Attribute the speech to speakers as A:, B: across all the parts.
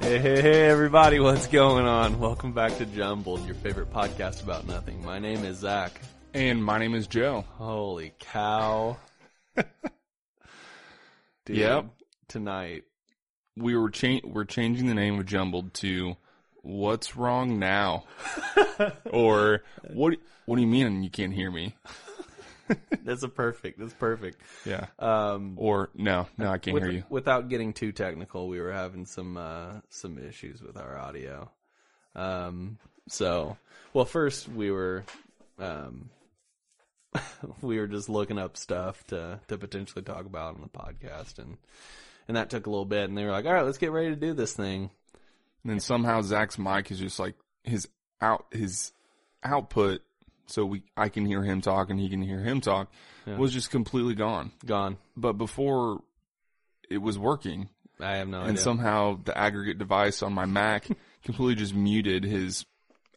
A: Hey, hey, hey, everybody, what's going on? Welcome back to Jumbled, your favorite podcast about nothing. My name is Zach.
B: And my name is Joe.
A: Holy cow. Dude,
B: Yep.
A: Tonight.
B: We were cha- we're changing the name of Jumbled to What's Wrong Now? or what what do you mean you can't hear me?
A: That's a perfect. That's perfect.
B: Yeah.
A: Um,
B: Or no, no I can't
A: with-
B: hear you.
A: Without getting too technical, we were having some uh, some issues with our audio. Um, so, well, first we were um, we were just looking up stuff to to potentially talk about on the podcast, and and that took a little bit. And they were like, "All right, let's get ready to do this thing."
B: And then somehow Zach's mic is just like his out his output so we I can hear him talk and he can hear him talk
A: Yeah.
B: was just completely gone.
A: Gone.
B: But before it was working
A: I have no
B: and
A: idea.
B: somehow the aggregate device on my Mac completely just muted his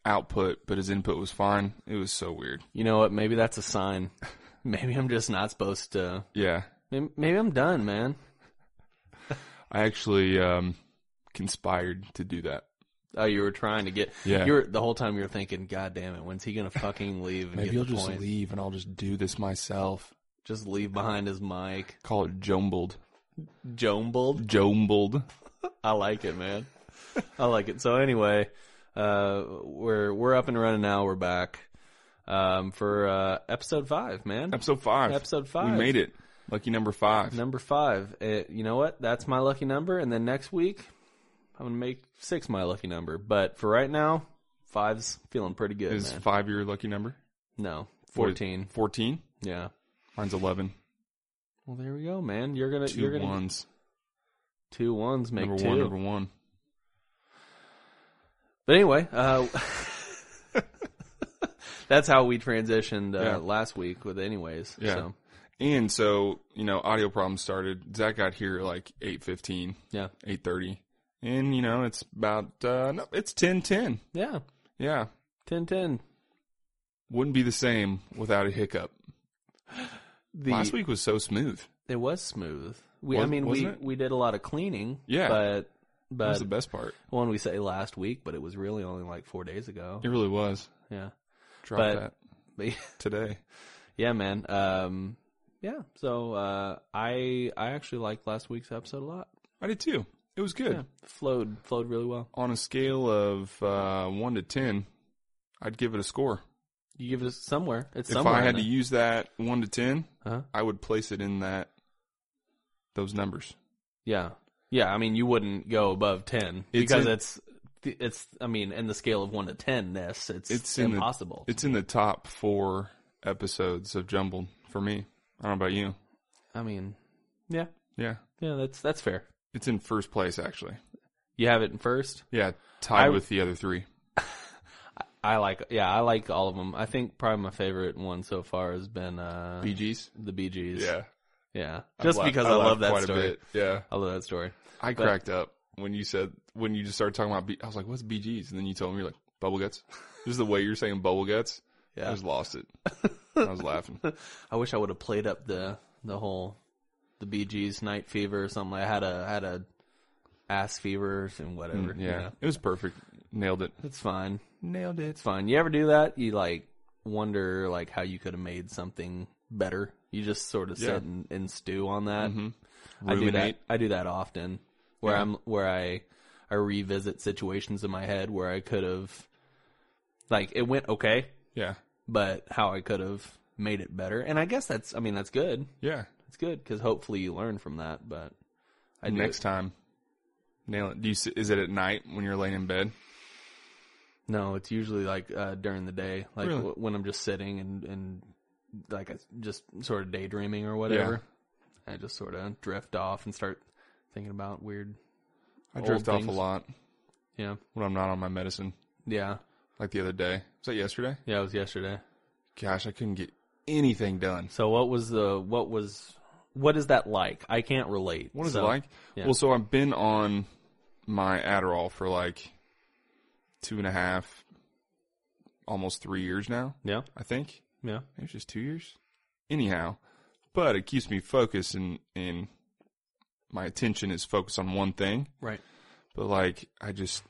B: output, but his input was fine. It was so weird.
A: you know what? Maybe that's a sign. Maybe I'm just not supposed to.
B: Yeah,
A: Maybe, maybe I'm done, man.
B: I actually um, conspired to do that.
A: Oh, you were trying to get.
B: Yeah.
A: You were the whole time you were thinking, "God damn it, when's he gonna fucking leave?" And
B: Maybe
A: get
B: I'll
A: the
B: just
A: point?
B: leave and I'll just do this myself.
A: Just leave behind his mic.
B: Call it jumbled.
A: Jumbled.
B: Jumbled.
A: I like it, man. I like it. So anyway, uh, we're we're up and running now. We're back um, for uh, episode five, man.
B: Episode five.
A: Episode
B: We
A: five.
B: made it. Lucky number five.
A: Number five. Uh you know what? That's my lucky number. And then next week, I'm gonna make six my lucky number. But for right now, five's feeling pretty good,
B: Is
A: man.
B: five your lucky number?
A: No, fourteen.
B: Fourteen.
A: Yeah.
B: Mine's eleven.
A: Well, there we go, man. You're gonna you're
B: 2
A: gonna
B: ones.
A: two ones make
B: Number
A: two.
B: one. Number one.
A: But anyway, uh, that's how we transitioned uh,
B: Yeah.
A: last week with anyways.
B: Yeah.
A: So,
B: And so, you know, audio problems started. Zach got here like 8.15,
A: yeah.
B: 8.30. And, you know, it's about, uh, no, it's 10.10.
A: Yeah.
B: Yeah.
A: 10 10.
B: Wouldn't be the same without a hiccup.
A: The,
B: Last week was so smooth.
A: It was smooth. We, I
B: Was-
A: mean, we,
B: wasn't it?
A: we did a lot of cleaning.
B: Yeah.
A: But,
B: That
A: but
B: was the best part.
A: one we say last week, but it was really only like four days ago.
B: It really was.
A: Yeah.
B: Drop
A: But-
B: that
A: But
B: today.
A: yeah, man. Um, yeah. So, uh, I, I actually liked last week's episode a lot.
B: I did too. It was good.
A: Yeah. Flowed, flowed really well.
B: On a scale of uh, 1 to 10, I'd give it a score.
A: You give it somewhere. It's
B: if
A: somewhere.
B: I
A: in
B: had to
A: there.
B: use that 1 to 10,
A: Uh-huh.
B: I would place it in that, those numbers.
A: Yeah. Yeah, I mean you wouldn't go above 10
B: It's
A: because
B: in-
A: it's it's I mean in the scale of 1 to 10 ness it's,
B: It's in the-
A: impossible.
B: It's in the top four episodes of Jumbled for me. I don't know about you.
A: I mean yeah.
B: Yeah.
A: Yeah, that's that's fair.
B: It's in first place, actually.
A: You have it in first.
B: Yeah, tied
A: I-
B: with the other three.
A: I like yeah, I like all of them. I think probably my favorite one so far has been uh
B: BGs?
A: the Bee Gees.
B: Yeah.
A: Yeah.
B: I've
A: Just
B: laugh-
A: because I,
B: laughed
A: love that
B: quite a
A: story.
B: bit. Yeah.
A: I love that story.
B: I cracked up when you said, when you just started talking about, B- I was like, what's BGs? And then you told me, you're like, bubble guts. Just the way you're saying bubble guts.
A: Yeah.
B: I just lost it. I was laughing.
A: I wish I would have played up the the whole the Bee Gees night fever or something. I had a had a ass fever and whatever.
B: Mm, Yeah. It was perfect. Nailed it.
A: It's fine.
B: Nailed it.
A: It's fine. You ever do that? You like wonder like how you could have made something better. You just sort of
B: Yeah. Mm-hmm.
A: sit and, and stew on that. I do that.
B: Ruminate.
A: I do that often, where I'm where I I revisit situations in my head where I could have like it went okay,
B: Yeah.
A: but how I could have made it better. And I guess that's I mean that's good.
B: Yeah.
A: It's good because hopefully you learn from that. But I do
B: Next
A: it-
B: time. Nail it. Do you, s- is it at night when you're laying in bed?
A: No, it's usually like uh, during the day, like
B: Really?
A: w- when I'm just sitting and and like I s- just sort of daydreaming or whatever. I just sort of drift off and start thinking about weird.
B: I
A: old
B: drift off a
A: things.
B: lot
A: Yeah,
B: when I'm not on my medicine.
A: yeah,
B: Like the other day. Was that yesterday?
A: yeah. It was yesterday.
B: Gosh, I couldn't get anything done.
A: So what was the what was what is that like? I can't relate.
B: What is
A: So-
B: it like?
A: yeah.
B: Well, so I've been on my Adderall for like two and a half, almost three years now,
A: Yeah,
B: I think.
A: yeah,
B: Maybe it's just two years. Anyhow, but it keeps me focused and, and my attention is focused on one thing.
A: right.
B: but like I just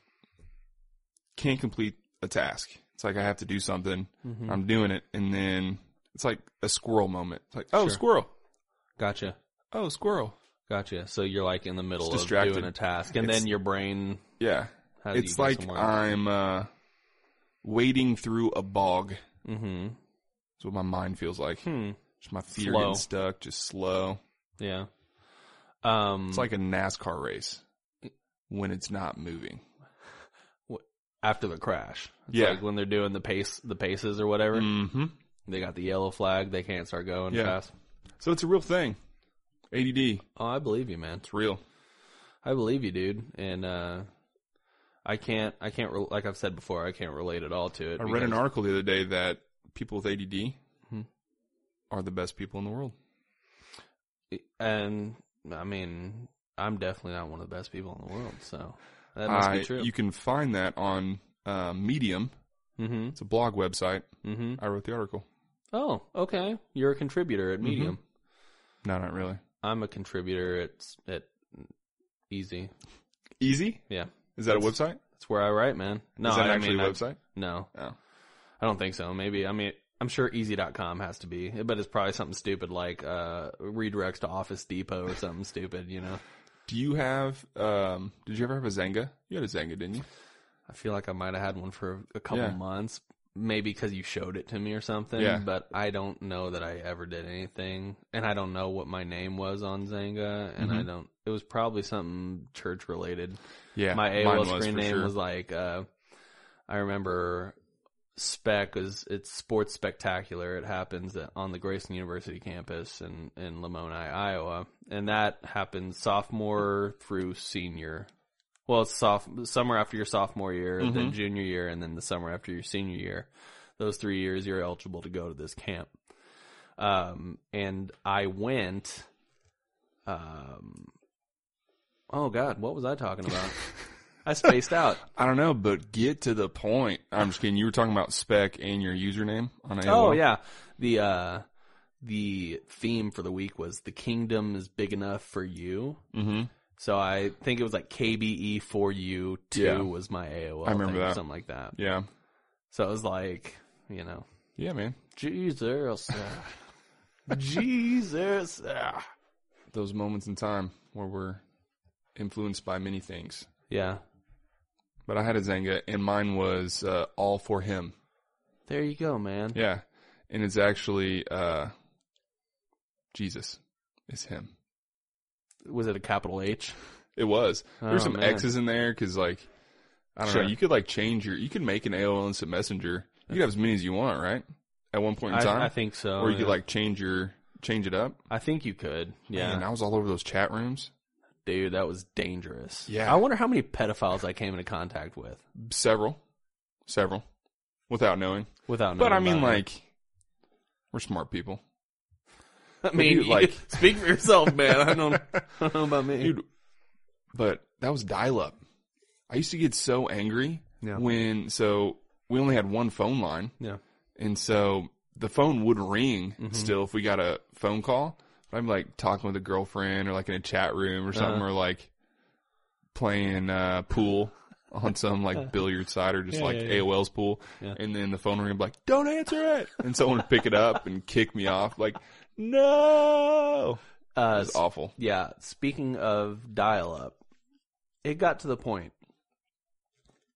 B: can't complete a task. It's like I have to do something.
A: Mhm.
B: I'm doing it, and then it's like a squirrel moment. It's like, oh,
A: Sure.
B: squirrel.
A: Gotcha.
B: Oh, squirrel.
A: Gotcha. So you're like in the middle
B: It's
A: of
B: distracted.
A: doing a task, and
B: It's-
A: then your brain.
B: Yeah.
A: How
B: it's like I'm uh, wading through a bog. That's
A: Mm-hmm.
B: what my mind feels like.
A: Hmm.
B: Just my feet are
A: Slow.
B: getting stuck, just slow.
A: Yeah. Um.
B: It's like a NASCAR race when it's not moving.
A: after the crash. It's
B: Yeah.
A: Like when they're doing the pace, the paces or whatever,
B: Mm-hmm.
A: they got the yellow flag. They can't start going
B: Yeah.
A: fast.
B: So it's a real thing. ADD.
A: Oh, I believe you, man.
B: It's real.
A: I believe you, dude. And uh, I can't. I can't. Re- like I've said before, I can't relate at all to it.
B: I read an
A: because-
B: article the other day that people with ADD
A: Hmm.
B: are the best people in the world.
A: and I mean, I'm definitely not one of the best people in the world. So that must
B: I-
A: be true.
B: You can find that on uh, Medium.
A: mm-hmm.
B: It's a blog website.
A: Mm-hmm.
B: I wrote the article.
A: Oh, okay. You're a contributor
B: Mm-hmm.
A: at Medium.
B: No, not really.
A: I'm a contributor at at Easy.
B: Easy?
A: Yeah,
B: Is that a website?
A: that's where I write, man. No,
B: Is that
A: I
B: actually
A: mean,
B: a
A: I-
B: website?
A: no,
B: Oh.
A: I don't think so. Maybe. I mean, I'm sure easy.com has to be, but it's probably something stupid like uh, redirects to Office Depot or something stupid, you know?
B: Do you have? Um, did you ever have a Zanga? You had a Zanga, didn't you?
A: I feel like I might have had one for a couple
B: Yeah.
A: months, maybe because you showed it to me or something,
B: Yeah.
A: but I don't know that I ever did anything. And I don't know what my name was on Zanga, and
B: Mm-hmm.
A: I don't, it was probably something church related.
B: Yeah,
A: my
B: mine
A: AOL
B: was
A: screen
B: for
A: name
B: sure.
A: was like uh I remember Spec is it's Sports Spectacular. It happens at- on the Grayson University campus in in Lamoni, Iowa, and that happens sophomore through senior. Well, it's soph- summer after your sophomore year,
B: Mm-hmm.
A: then junior year, and then the summer after your senior year. Those three years, you're eligible to go to this camp. Um, and I went. Um, oh God, what was I talking about? I spaced out.
B: I don't know, but get to the point. I'm just kidding. You were talking about spec and your username on AOL.
A: Oh yeah, the uh, the theme for the week was the kingdom is big enough for you.
B: Mm-hmm.
A: So I think it was like KBE for you two
B: Yeah.
A: was my AOL.
B: I remember
A: thing or
B: that.
A: something like that.
B: Yeah,
A: So it was like you know
B: yeah, man.
A: Jesus, ah. Jesus. ah.
B: Those moments in time where we're influenced by many things.
A: Yeah,
B: But I had a Zanga, and mine was uh, all for him.
A: there you go, man.
B: Yeah, and it's actually uh, Jesus is him.
A: Was it a capital H?
B: It was. There
A: Oh,
B: were some
A: man.
B: X's in there because, like, I don't
A: Sure.
B: know. You could like change your. You could make an AOL Instant Messenger. You could have as many as you want, right? At one point in time,
A: I, I think so.
B: or you
A: yeah.
B: could like change your change it up.
A: I think you could. Yeah,
B: and I was all over those chat rooms.
A: dude, that was dangerous.
B: Yeah.
A: I wonder how many pedophiles I came into contact with
B: Several, several, without knowing.
A: without.
B: But
A: knowing
B: I mean,
A: about it.
B: like, we're smart people,
A: I mean,
B: you, like-
A: speak for yourself, man. I don't, I don't know about me.
B: dude. But that was dial up. I used to get so angry
A: Yeah.
B: when so we only had one phone line.
A: yeah,
B: And so the phone would ring
A: Mm-hmm.
B: still if we got a phone call. But I'm like talking with a girlfriend or like in a chat room or something
A: Uh-huh.
B: or like playing uh, pool on some like billiard side or just
A: Yeah,
B: like
A: yeah, yeah.
B: AOL's pool.
A: Yeah.
B: And then the phone ring, I'm like, don't answer it. And someone would pick it up and kick me off like, no. It
A: uh,
B: was awful.
A: yeah. Speaking of dial up, it got to the point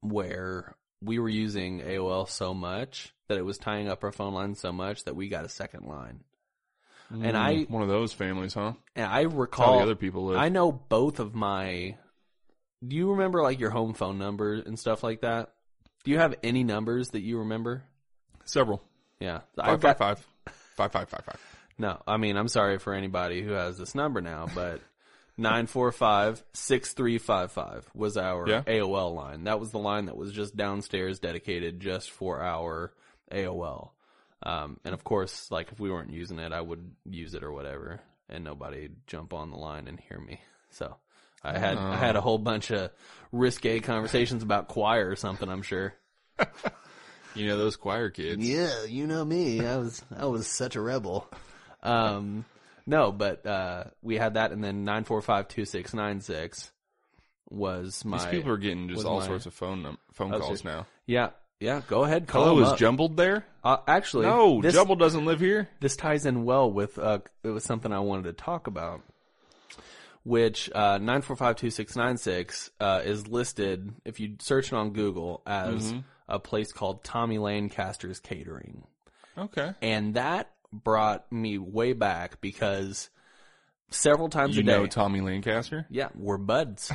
A: where we were using AOL so much that it was tying up our phone line so much that we got a second line. And I
B: Mm, One of those families, huh?
A: and I
B: That's how
A: recall
B: the other people live.
A: I know both of my. Do you remember like your home phone number and stuff like that? Do you have any numbers that you remember?
B: Several.
A: Yeah,
B: Five,
A: I've got
B: five, five. Five, five, five, five.
A: No, I mean, I'm sorry for anybody who has this number now, but 945-6355 was our
B: Yeah.
A: AOL line. That was the line that was just downstairs dedicated just for our AOL. Um, and of course, like if we weren't using it, I would use it or whatever, and nobody'd jump on the line and hear me. So I had I had a whole bunch of risque conversations about choir or something. I'm sure.
B: You know those choir kids.
A: Yeah, you know me. I was I was such a rebel. Um, no, but uh, we had that, and then nine four five two six nine six was my
B: These people are getting just
A: was
B: all
A: my-
B: sorts of phone num- phone
A: was
B: calls
A: just-
B: now.
A: yeah yeah. Go ahead, call
B: Hello
A: him
B: is
A: up.
B: Jumbled there?
A: Uh, actually,
B: No,
A: this,
B: Jumbled doesn't live here.
A: this ties in well with uh, it was something I wanted to talk about, which uh, nine four five two six nine six uh, is listed if you search it on Google as
B: Mm-hmm.
A: a place called Tommy Lancaster's Catering,
B: Okay.
A: and that brought me way back because several times
B: You
A: a day,
B: know Tommy Lancaster?
A: yeah, we're buds,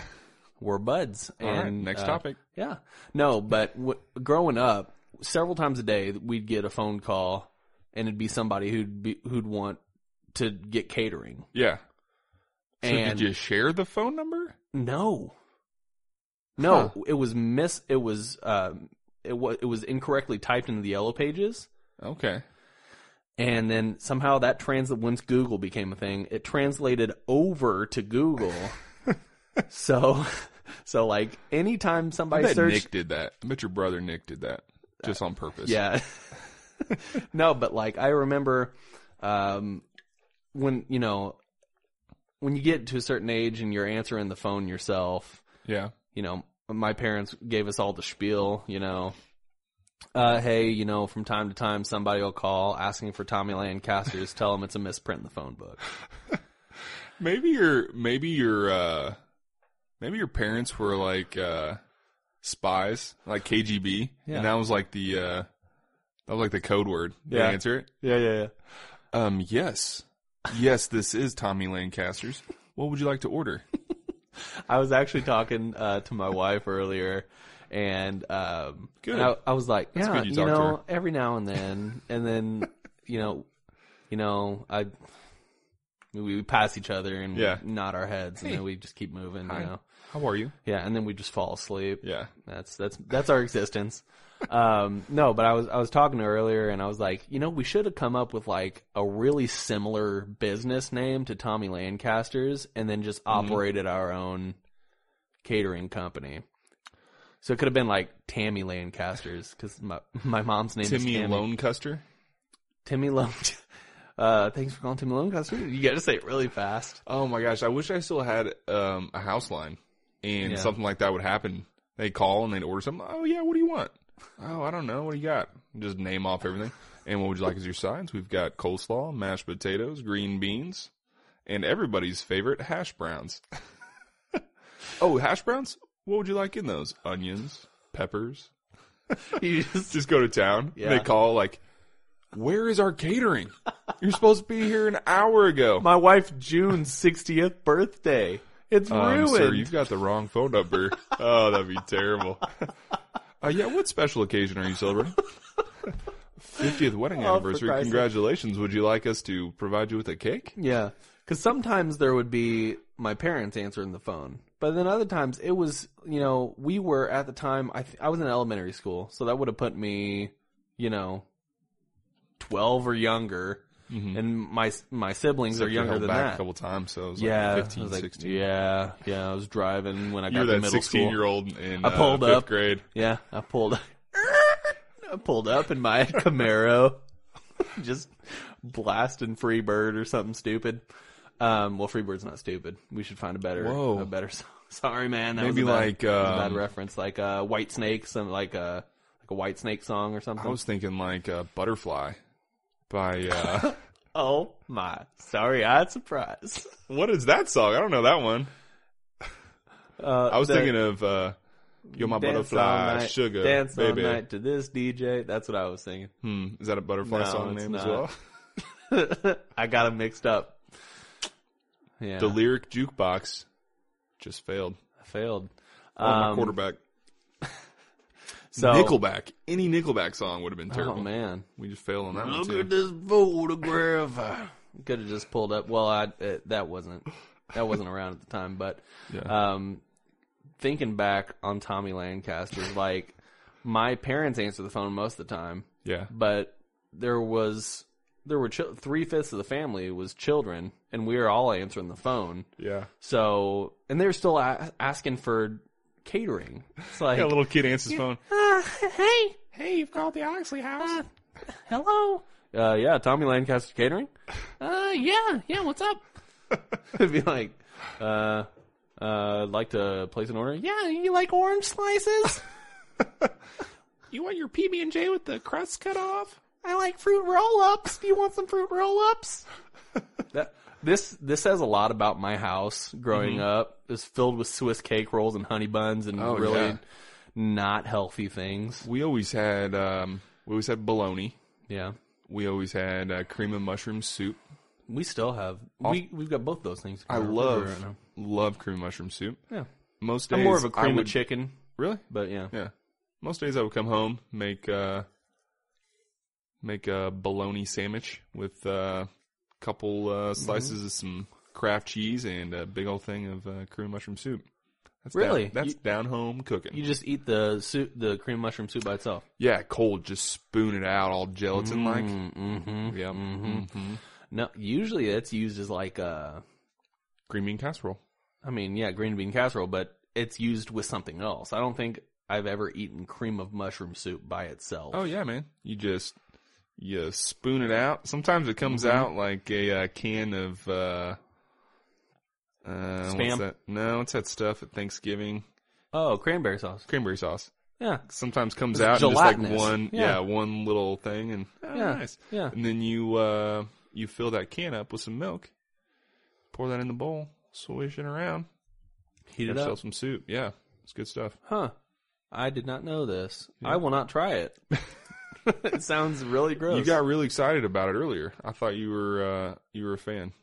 A: we're buds,
B: All right,
A: and
B: next
A: uh,
B: topic.
A: yeah. No, but w- growing up, several times a day, we'd get a phone call and it'd be somebody who'd be, who'd want to get catering.
B: Yeah. So
A: and
B: did you share the phone number?
A: no, no,
B: Huh.
A: it was miss, it was, um, it was, it was incorrectly typed into the yellow pages.
B: Okay.
A: And then somehow that translate once Google became a thing, it translated over to Google. so, so like anytime
B: I
A: somebody
B: bet
A: searched,
B: Nick did that. I bet your brother Nick did that just on purpose.
A: Yeah. no, but like I remember um when you know when you get to a certain age and you're answering the phone yourself,
B: Yeah.
A: you know, my parents gave us all the spiel, you know. Uh hey, you know, from time to time somebody will call asking for Tommy Lancaster's, tell them it's a misprint in the phone book.
B: Maybe your maybe your uh maybe your parents were like uh spies, like KGB.
A: Yeah.
B: And that was like the uh that was like the code word. They
A: Yeah.
B: answer it.
A: Yeah, yeah, yeah.
B: Um yes. Yes, this is Tommy Lancaster's. What would you like to order?
A: I was actually talking uh, to my wife earlier, and um,
B: Good.
A: and I, I was like, yeah,
B: good you
A: you,
B: talked to
A: know, every now and then, and then, you know, you know, I we we pass each other and we
B: Yeah.
A: nod our heads,
B: Hey.
A: and then we just keep moving,
B: Hi.
A: you know,
B: How are you?
A: yeah, and then we just fall asleep.
B: Yeah.
A: That's that's that's our existence. Um, no, but I was I was talking to her earlier, and I was like, you know, we should have come up with like a really similar business name to Tommy Lancaster's, and then just operated our own catering company. So it could have been like Tammy Lancaster's because my my mom's name
B: Timmy
A: is Tammy.
B: Lonecuster?
A: Timmy Lone. Uh, thanks for calling Timmy Lancaster. You got to say it really fast.
B: Oh my gosh, I wish I still had um, a house line and
A: Yeah.
B: something like that would happen. They call and they'd order something. Oh yeah, what do you want? Oh, I don't know. What do you got? Just name off everything. And what would you like as your sides? We've got coleslaw, mashed potatoes, green beans, and everybody's favorite hash browns. oh, hash browns? What would you like in those? Onions, peppers.
A: You just
B: Just go to town.
A: Yeah.
B: They call like, where is our catering? You're supposed to be here an hour ago.
A: my wife June's 60th birthday. It's
B: Um,
A: ruined.
B: sir, you've got the wrong phone number. oh, that'd be terrible. Uh, yeah, what special occasion are you celebrating? 50th wedding
A: Oh, for
B: anniversary.
A: Christ's sake.
B: Congratulations. Would you like us to provide you with a cake?
A: Yeah. Because sometimes there would be my parents answering the phone. But then other times it was, you know, we were at the time, I, th- I was in elementary school. So that would have put me, you know, 12 or younger.
B: Mm-hmm.
A: And my s- my siblings are
B: Except you
A: younger
B: held
A: than
B: back a
A: that.
B: couple times, so it was like
A: Yeah. I
B: 15,
A: was like,
B: 16.
A: Yeah. Yeah. I was driving when I
B: you
A: got
B: were
A: to
B: that
A: middle
B: 16
A: school.
B: year old in
A: I pulled
B: uh, fifth
A: up.
B: grade.
A: Yeah. I pulled, I pulled up in my Camaro, just blasting Freebird or something stupid. Um, well, Freebird's not stupid. We should find a better,
B: Whoa.
A: a better song. Sorry, man. That
B: Maybe
A: was a bad,
B: like,
A: that was a bad
B: um,
A: reference, like uh, White Snake, some like a like a White Snake song or something.
B: I was thinking like uh, Butterfly by. Uh,
A: oh my, sorry, I had surprise.
B: what is that song? I don't know that one.
A: Uh,
B: I was
A: the
B: thinking of uh, You're My
A: Dance All
B: Butterfly,
A: Night-
B: Sugar,
A: dance
B: Baby.
A: all night to this DJ. That's what I was singing.
B: Hmm, is that a Butterfly
A: No,
B: song
A: it's
B: name as
A: not.
B: well?
A: I got them mixed up. Yeah,
B: The lyric jukebox just failed.
A: I failed.
B: Oh, my
A: Um,
B: quarterback.
A: so-
B: Nickelback. Any Nickelback song would have been
A: Oh
B: terrible.
A: man.
B: We just failed on that one too.
A: this photograph. Could have just pulled up. Well, I uh, that wasn't that wasn't around at the time, but
B: Yeah.
A: um, thinking back on Tommy Lancaster's, like my parents answer the phone most of the time,
B: Yeah.
A: but there was there were chil- three fifths of the family was children, and we were all answering the phone.
B: Yeah.
A: So, and they're still a- asking for catering. It's like
B: Yeah, a little kid answers phone.
A: uh, hey, Uh,
B: Hey, you've called the Oxley house.
A: hello. Uh, yeah, Tommy Lancaster Catering. Uh, yeah, yeah. What's up? It'd be like, uh, Uh, like to place an order? Yeah, you like orange slices?
B: You want your PB and J with the crust cut off?
A: I like fruit roll ups. Do you want some fruit roll ups? that this this says a lot about my house growing up. It's filled with Swiss cake rolls and honey buns and
B: Oh,
A: really
B: yeah.
A: not healthy things.
B: We always had um, we always had bologna.
A: Yeah.
B: We always had uh, cream and mushroom soup.
A: We still have we we've got both those things.
B: I
A: Right
B: love
A: now.
B: love cream and mushroom soup.
A: Yeah.
B: Most days
A: I'm more of a
B: I
A: cream
B: would,
A: of chicken,
B: Really?
A: but yeah.
B: Yeah. Most days I would come home make uh, make a bologna sandwich with a uh, couple uh,
A: Mm-hmm.
B: slices of some Kraft cheese and a big old thing of uh, cream and mushroom soup. That's down-
A: Really?
B: that's
A: You-
B: down home cooking.
A: You just eat the soup, the cream mushroom soup by itself.
B: Yeah, cold, just spoon it out all gelatin like.
A: Mm-hmm.
B: Yep. Mm-hmm.
A: No, usually it's used as like a,
B: Green bean casserole.
A: I mean, yeah, green bean casserole, but it's used with something else. I don't think I've ever eaten cream of mushroom soup by itself.
B: Oh yeah, man. You just you spoon it out. Sometimes it comes
A: Mm-hmm.
B: out like a uh, can of uh, uh
A: Spam?
B: What's that? No, what's that stuff at Thanksgiving?
A: Oh, cranberry sauce.
B: Cranberry sauce.
A: Yeah.
B: Sometimes comes
A: It's
B: out in just like
A: gelatinous.
B: one,
A: Yeah.
B: yeah. one little thing, and oh,
A: Yeah.
B: nice.
A: Yeah.
B: And then you uh you fill that can up with some milk, pour that in the bowl, swish it around,
A: Heat
B: get
A: it up.
B: yourself some soup. Yeah, it's good stuff.
A: Huh. I did not know this. I will not try it. it sounds really gross.
B: You got really excited about it earlier. I thought you were uh, you were a fan.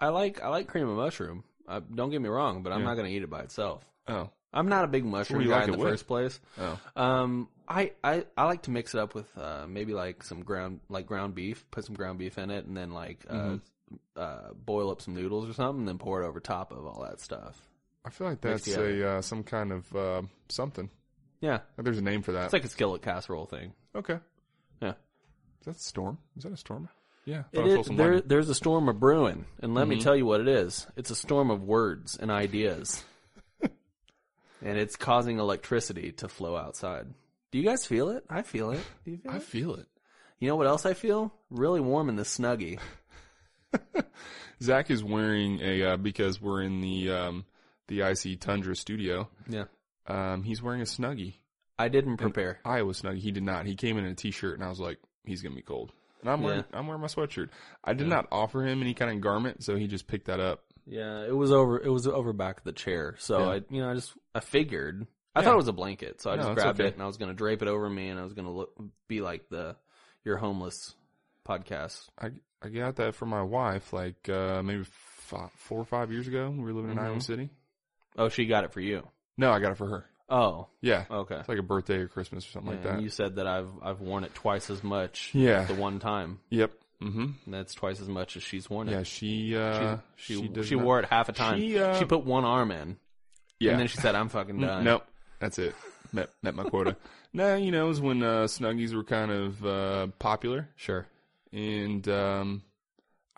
A: I like I like cream of mushroom. Uh, don't get me wrong, but I'm
B: Yeah.
A: not going to eat it by itself.
B: Oh,
A: I'm not a big mushroom
B: you
A: guy
B: like
A: in
B: it
A: the
B: with?
A: first place.
B: oh,
A: Um, I, I I like to mix it up with uh, maybe like some ground like ground beef. Put some ground beef in it, and then like uh,
B: Mm-hmm.
A: uh, boil up some noodles or something, and then pour it over top of all that stuff.
B: I feel like
A: Mixed
B: that's a uh, some kind of uh, something.
A: Yeah,
B: There's a name for that.
A: it's like a skillet casserole thing.
B: okay,
A: Yeah,
B: is that a storm? Is that a storm? Yeah, I
A: it
B: thought I saw
A: is,
B: some
A: there
B: lightning.
A: there's a storm of brewing, and let me tell you what it is. It's a storm of words and ideas, and it's causing electricity to flow outside. Do you guys feel it? I feel it. Do you feel
B: I
A: it?
B: feel it.
A: You know what else I feel? Really warm in the snuggie.
B: Zach is wearing a uh, because we're in the um, the IC Tundra studio.
A: Yeah.
B: Um, he's wearing a snuggie,
A: I didn't prepare.
B: Iowa snuggie. He did not. He came in in a t-shirt, and I was like, he's gonna be cold. And I'm wearing I'm wearing my sweatshirt. I did not offer him any kind of garment, so he just picked that up.
A: Yeah, it was over. It was over back of the chair. So
B: Yeah.
A: I, you know, I just I figured I thought it was a blanket, so I
B: No,
A: just
B: it's
A: grabbed
B: okay.
A: it and I was gonna drape it over me and I was gonna look be like the your homeless podcast.
B: I I got that from my wife like uh, maybe five, four or five years ago. when We were living in
A: Mm-hmm.
B: Iowa City.
A: Oh, she got it for you.
B: No, I got it for her.
A: Oh,
B: Yeah,
A: okay.
B: it's like a birthday or Christmas or something like
A: and
B: that.
A: you said that I've I've worn it twice as much.
B: Yeah.
A: the one time.
B: yep. Mm-hmm.
A: And that's twice as much as she's worn it.
B: Yeah, she uh,
A: she she,
B: does not-
A: wore it half a time.
B: She, uh,
A: she put one arm in,
B: Yeah.
A: and then she said, "I'm fucking done."
B: Nope. That's it. Met met my quota. no, you know, it was when uh, Snuggies were kind of uh, popular,
A: sure.
B: and um,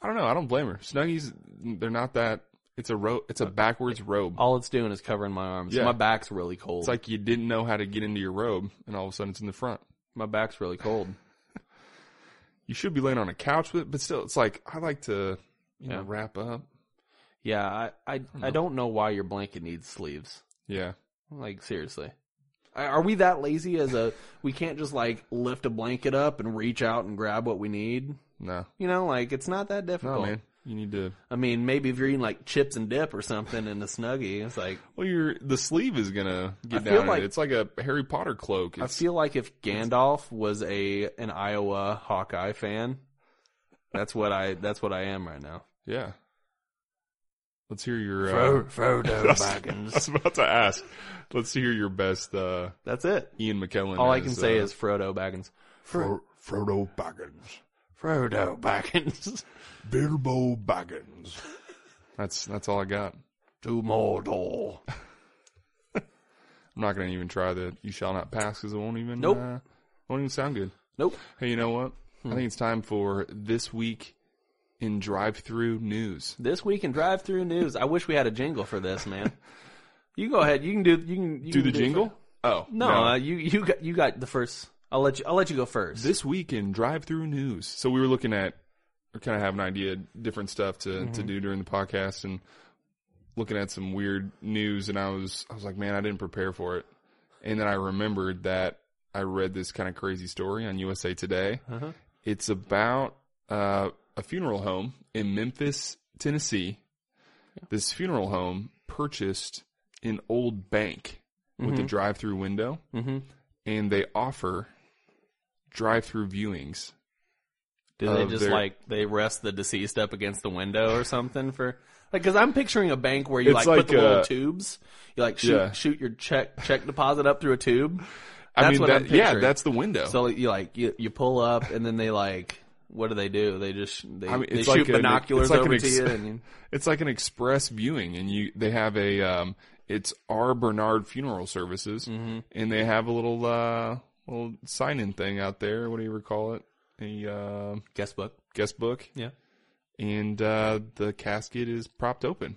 B: I don't know. I don't blame her. Snuggies, they're not that. It's a robe.
A: Uh,
B: It's a backwards robe.
A: All it's doing is covering my arms.
B: Yeah.
A: My back's really cold.
B: It's like you didn't know how to get into your robe, and all of a sudden it's in the front.
A: my back's really cold.
B: You should be laying on a couch with it, but still, it's like I like to, you know,
A: Yeah.
B: wrap up.
A: Yeah, I I, I don't know why your blanket needs sleeves.
B: Yeah,
A: Like seriously, I- are we that lazy? As a we can't just like lift a blanket up and reach out and grab what we need.
B: no,
A: You know, like it's not that
B: no,
A: difficult.
B: man, you need to.
A: I mean, maybe if you're eating like chips and dip or something in a snuggie, it's like
B: Well, your the sleeve is gonna get
A: I feel
B: down. in it.
A: like-
B: It's like a Harry Potter cloak.
A: I
B: It's,
A: feel like if Gandalf was a an Iowa Hawkeye fan, that's what I that's what I am right now.
B: yeah. Let's hear your. Uh,
A: Fro- Frodo
B: I was
A: Baggins.
B: about to ask. Let's hear your best uh,
A: That's it.
B: Ian McKellen.
A: All I
B: as,
A: can say
B: uh,
A: is Frodo Baggins. Fro-
B: Frodo Baggins,
A: Frodo Baggins.
B: Bilbo Baggins. That's that's all I got.
A: to Mordor.
B: I'm not gonna even try the "You Shall Not Pass" because it won't even
A: Nope. Hmm.
B: uh, won't even sound good.
A: Nope.
B: Hey, you know what? I think it's time for this week in drive-through news.
A: This week in drive-through news. I wish we had a jingle for this, man. You go ahead. You can do. You can you
B: Do
A: can
B: the jingle? Oh
A: No, Uh, you you got you got the first. I'll let you. I'll let you go first.
B: this week in drive-through news. So we were
A: Mm-hmm.
B: looking at, or kind of have an idea, different stuff to to do during the podcast, and looking at some weird news and I was I was like, man, I didn't prepare for it. And then I remembered that I read this kind of crazy story on USA Today.
A: Uh-huh.
B: It's about uh, a funeral home in Memphis, Tennessee. This funeral home purchased an old bank with a drive-through window,
A: Mm-hmm.
B: and they offer drive-through viewings.
A: Do
B: Uh,
A: they just
B: they're-
A: like they rest the deceased up against the window or something for like? Because I'm picturing a bank where you like,
B: It's like,
A: put the little
B: uh,
A: tubes, you like shoot
B: yeah.
A: shoot your check check deposit up through a tube.
B: I
A: That's
B: mean,
A: what
B: that,
A: I'm
B: yeah,
A: picturing.
B: that's the window.
A: So you like you, you pull up and then they like what do they do? They just they,
B: I mean,
A: they
B: it's
A: shoot
B: like an-
A: binoculars
B: it's like
A: over
B: an ex-
A: to you and you,
B: It's like an express viewing, and you they have a um, it's R Bernard Funeral Services,
A: Mm-hmm.
B: and they have a little uh, little sign in thing out there. What do you call it? A uh,
A: guess what?
B: guest book,
A: Yeah.
B: and uh, the casket is propped open.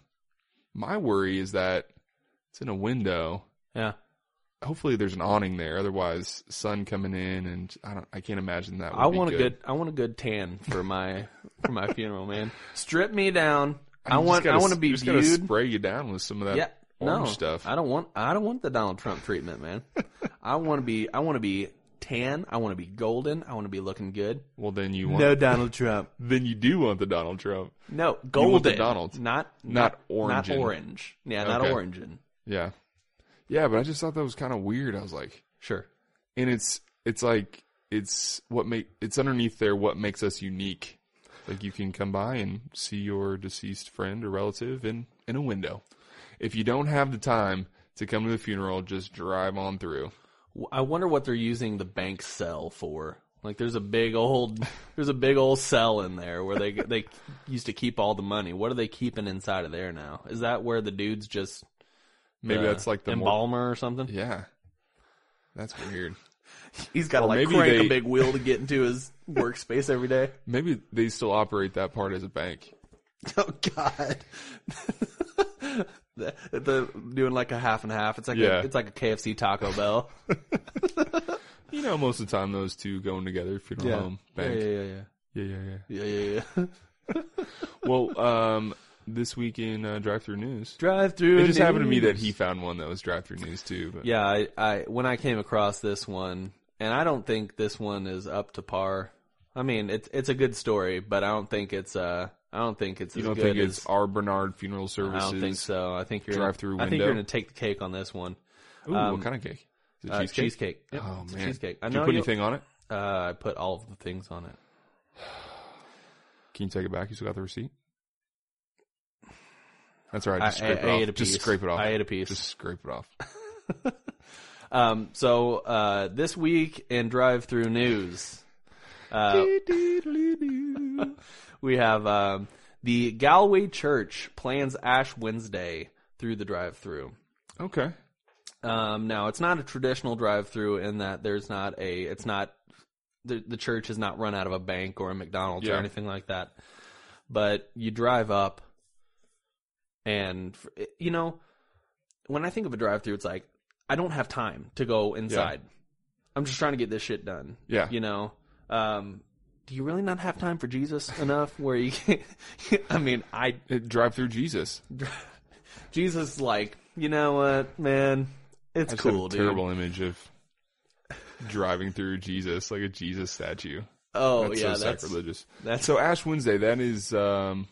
B: My worry is that it's in a window.
A: Yeah.
B: Hopefully, there's an awning there. Otherwise, sun coming in, and I don't. I can't imagine that. Would
A: I
B: be
A: want a
B: good.
A: good I want a good tan for my for my funeral, man. Strip me down. i
B: You just
A: want
B: gotta-
A: I want to be
B: you just gotta
A: viewed.
B: spray you down with some of that
A: yeah. No.
B: orange stuff.
A: I don't want I don't want the Donald Trump treatment, man. I want to be I want to be tan, I want to be golden, I want to be looking good.
B: well, then you want
A: Donald Trump.
B: then you do want the Donald Trump.
A: No,
B: want the
A: golden.
B: Donald.
A: Not
B: Not
A: Not
B: orangin'.
A: orange. Yeah, not
B: Okay.
A: orangin'.
B: Yeah. Yeah, but I just thought that was kind of weird. I was like,
A: Sure.
B: and it's it's like it's what make it's underneath there what makes us unique. Like you can come by and see your deceased friend or relative in in a window. If you don't have the time to come to the funeral, just drive on through.
A: I wonder what they're using the bank cell for. Like, there's a big old, there's a big old cell in there where they they used to keep all the money. What are they keeping inside of there now? Is that where the dudes just
B: Maybe
A: uh,
B: that's like the more,
A: embalmer or something?
B: yeah. That's weird.
A: He's got to like
B: maybe
A: crank
B: they-
A: a big wheel to get into his workspace every day.
B: Maybe they still operate that part as a bank.
A: Oh God. The, the doing like a half and half. It's like
B: Yeah.
A: a, it's like a KFC Taco Bell.
B: You know, most of the time those two going together, funeral home, bank.
A: yeah, yeah,
B: yeah, yeah. yeah.
A: Um, yeah, yeah, yeah. yeah.
B: Well, um, this week in uh, drive through news,
A: Drive through.
B: it just happened to me that he found one that was drive through news too. But
A: Yeah, I, I when I came across this one, and I don't think this one is up to par. I mean, it's it's a good story, but I don't think it's uh I don't think it's
B: you
A: as
B: don't
A: good
B: think
A: as
B: it's R. Bernard Funeral
A: I
B: Services?
A: don't think so. I think you're
B: Drive-through
A: I think
B: window.
A: you're gonna take the cake on this one.
B: Ooh, what kind of cake? Is it
A: Um, Uh,
B: cheesecake?
A: cheesecake. Yep,
B: Oh
A: it's a
B: man,
A: cheesecake. I
B: Did
A: know
B: you put
A: you'll-
B: anything on it?
A: Uh, I put all of the things on it.
B: Can you take it back? You still got the receipt. That's all right. Just
A: I- I-
B: scrape
A: I
B: it
A: ate
B: off.
A: a
B: Just
A: piece.
B: scrape it off.
A: I ate a piece.
B: Just scrape it off.
A: Um, so uh, this week in drive-through news, uh, Oh. we have um, the Galway Church plans Ash Wednesday through the drive-through.
B: okay.
A: Um, now it's not a traditional drive-through in that there's not a it's not the the church is not run out of a bank or a McDonald's or
B: Yeah.
A: anything like that. But you drive up, and f- you know when I think of a drive-through, it's like I don't have time to go inside. I'm just trying to get this shit done.
B: Yeah.
A: you know. Um, do you really not have time for Jesus enough? Where you, can, I mean, I
B: Drive through Jesus.
A: Jesus is like you know what man, it's
B: I just
A: cool,
B: had a
A: dude.
B: terrible image of driving through Jesus like a Jesus statue.
A: Oh
B: That's
A: yeah,
B: so
A: that's
B: sacrilegious.
A: that's-
B: so Ash Wednesday. That is um,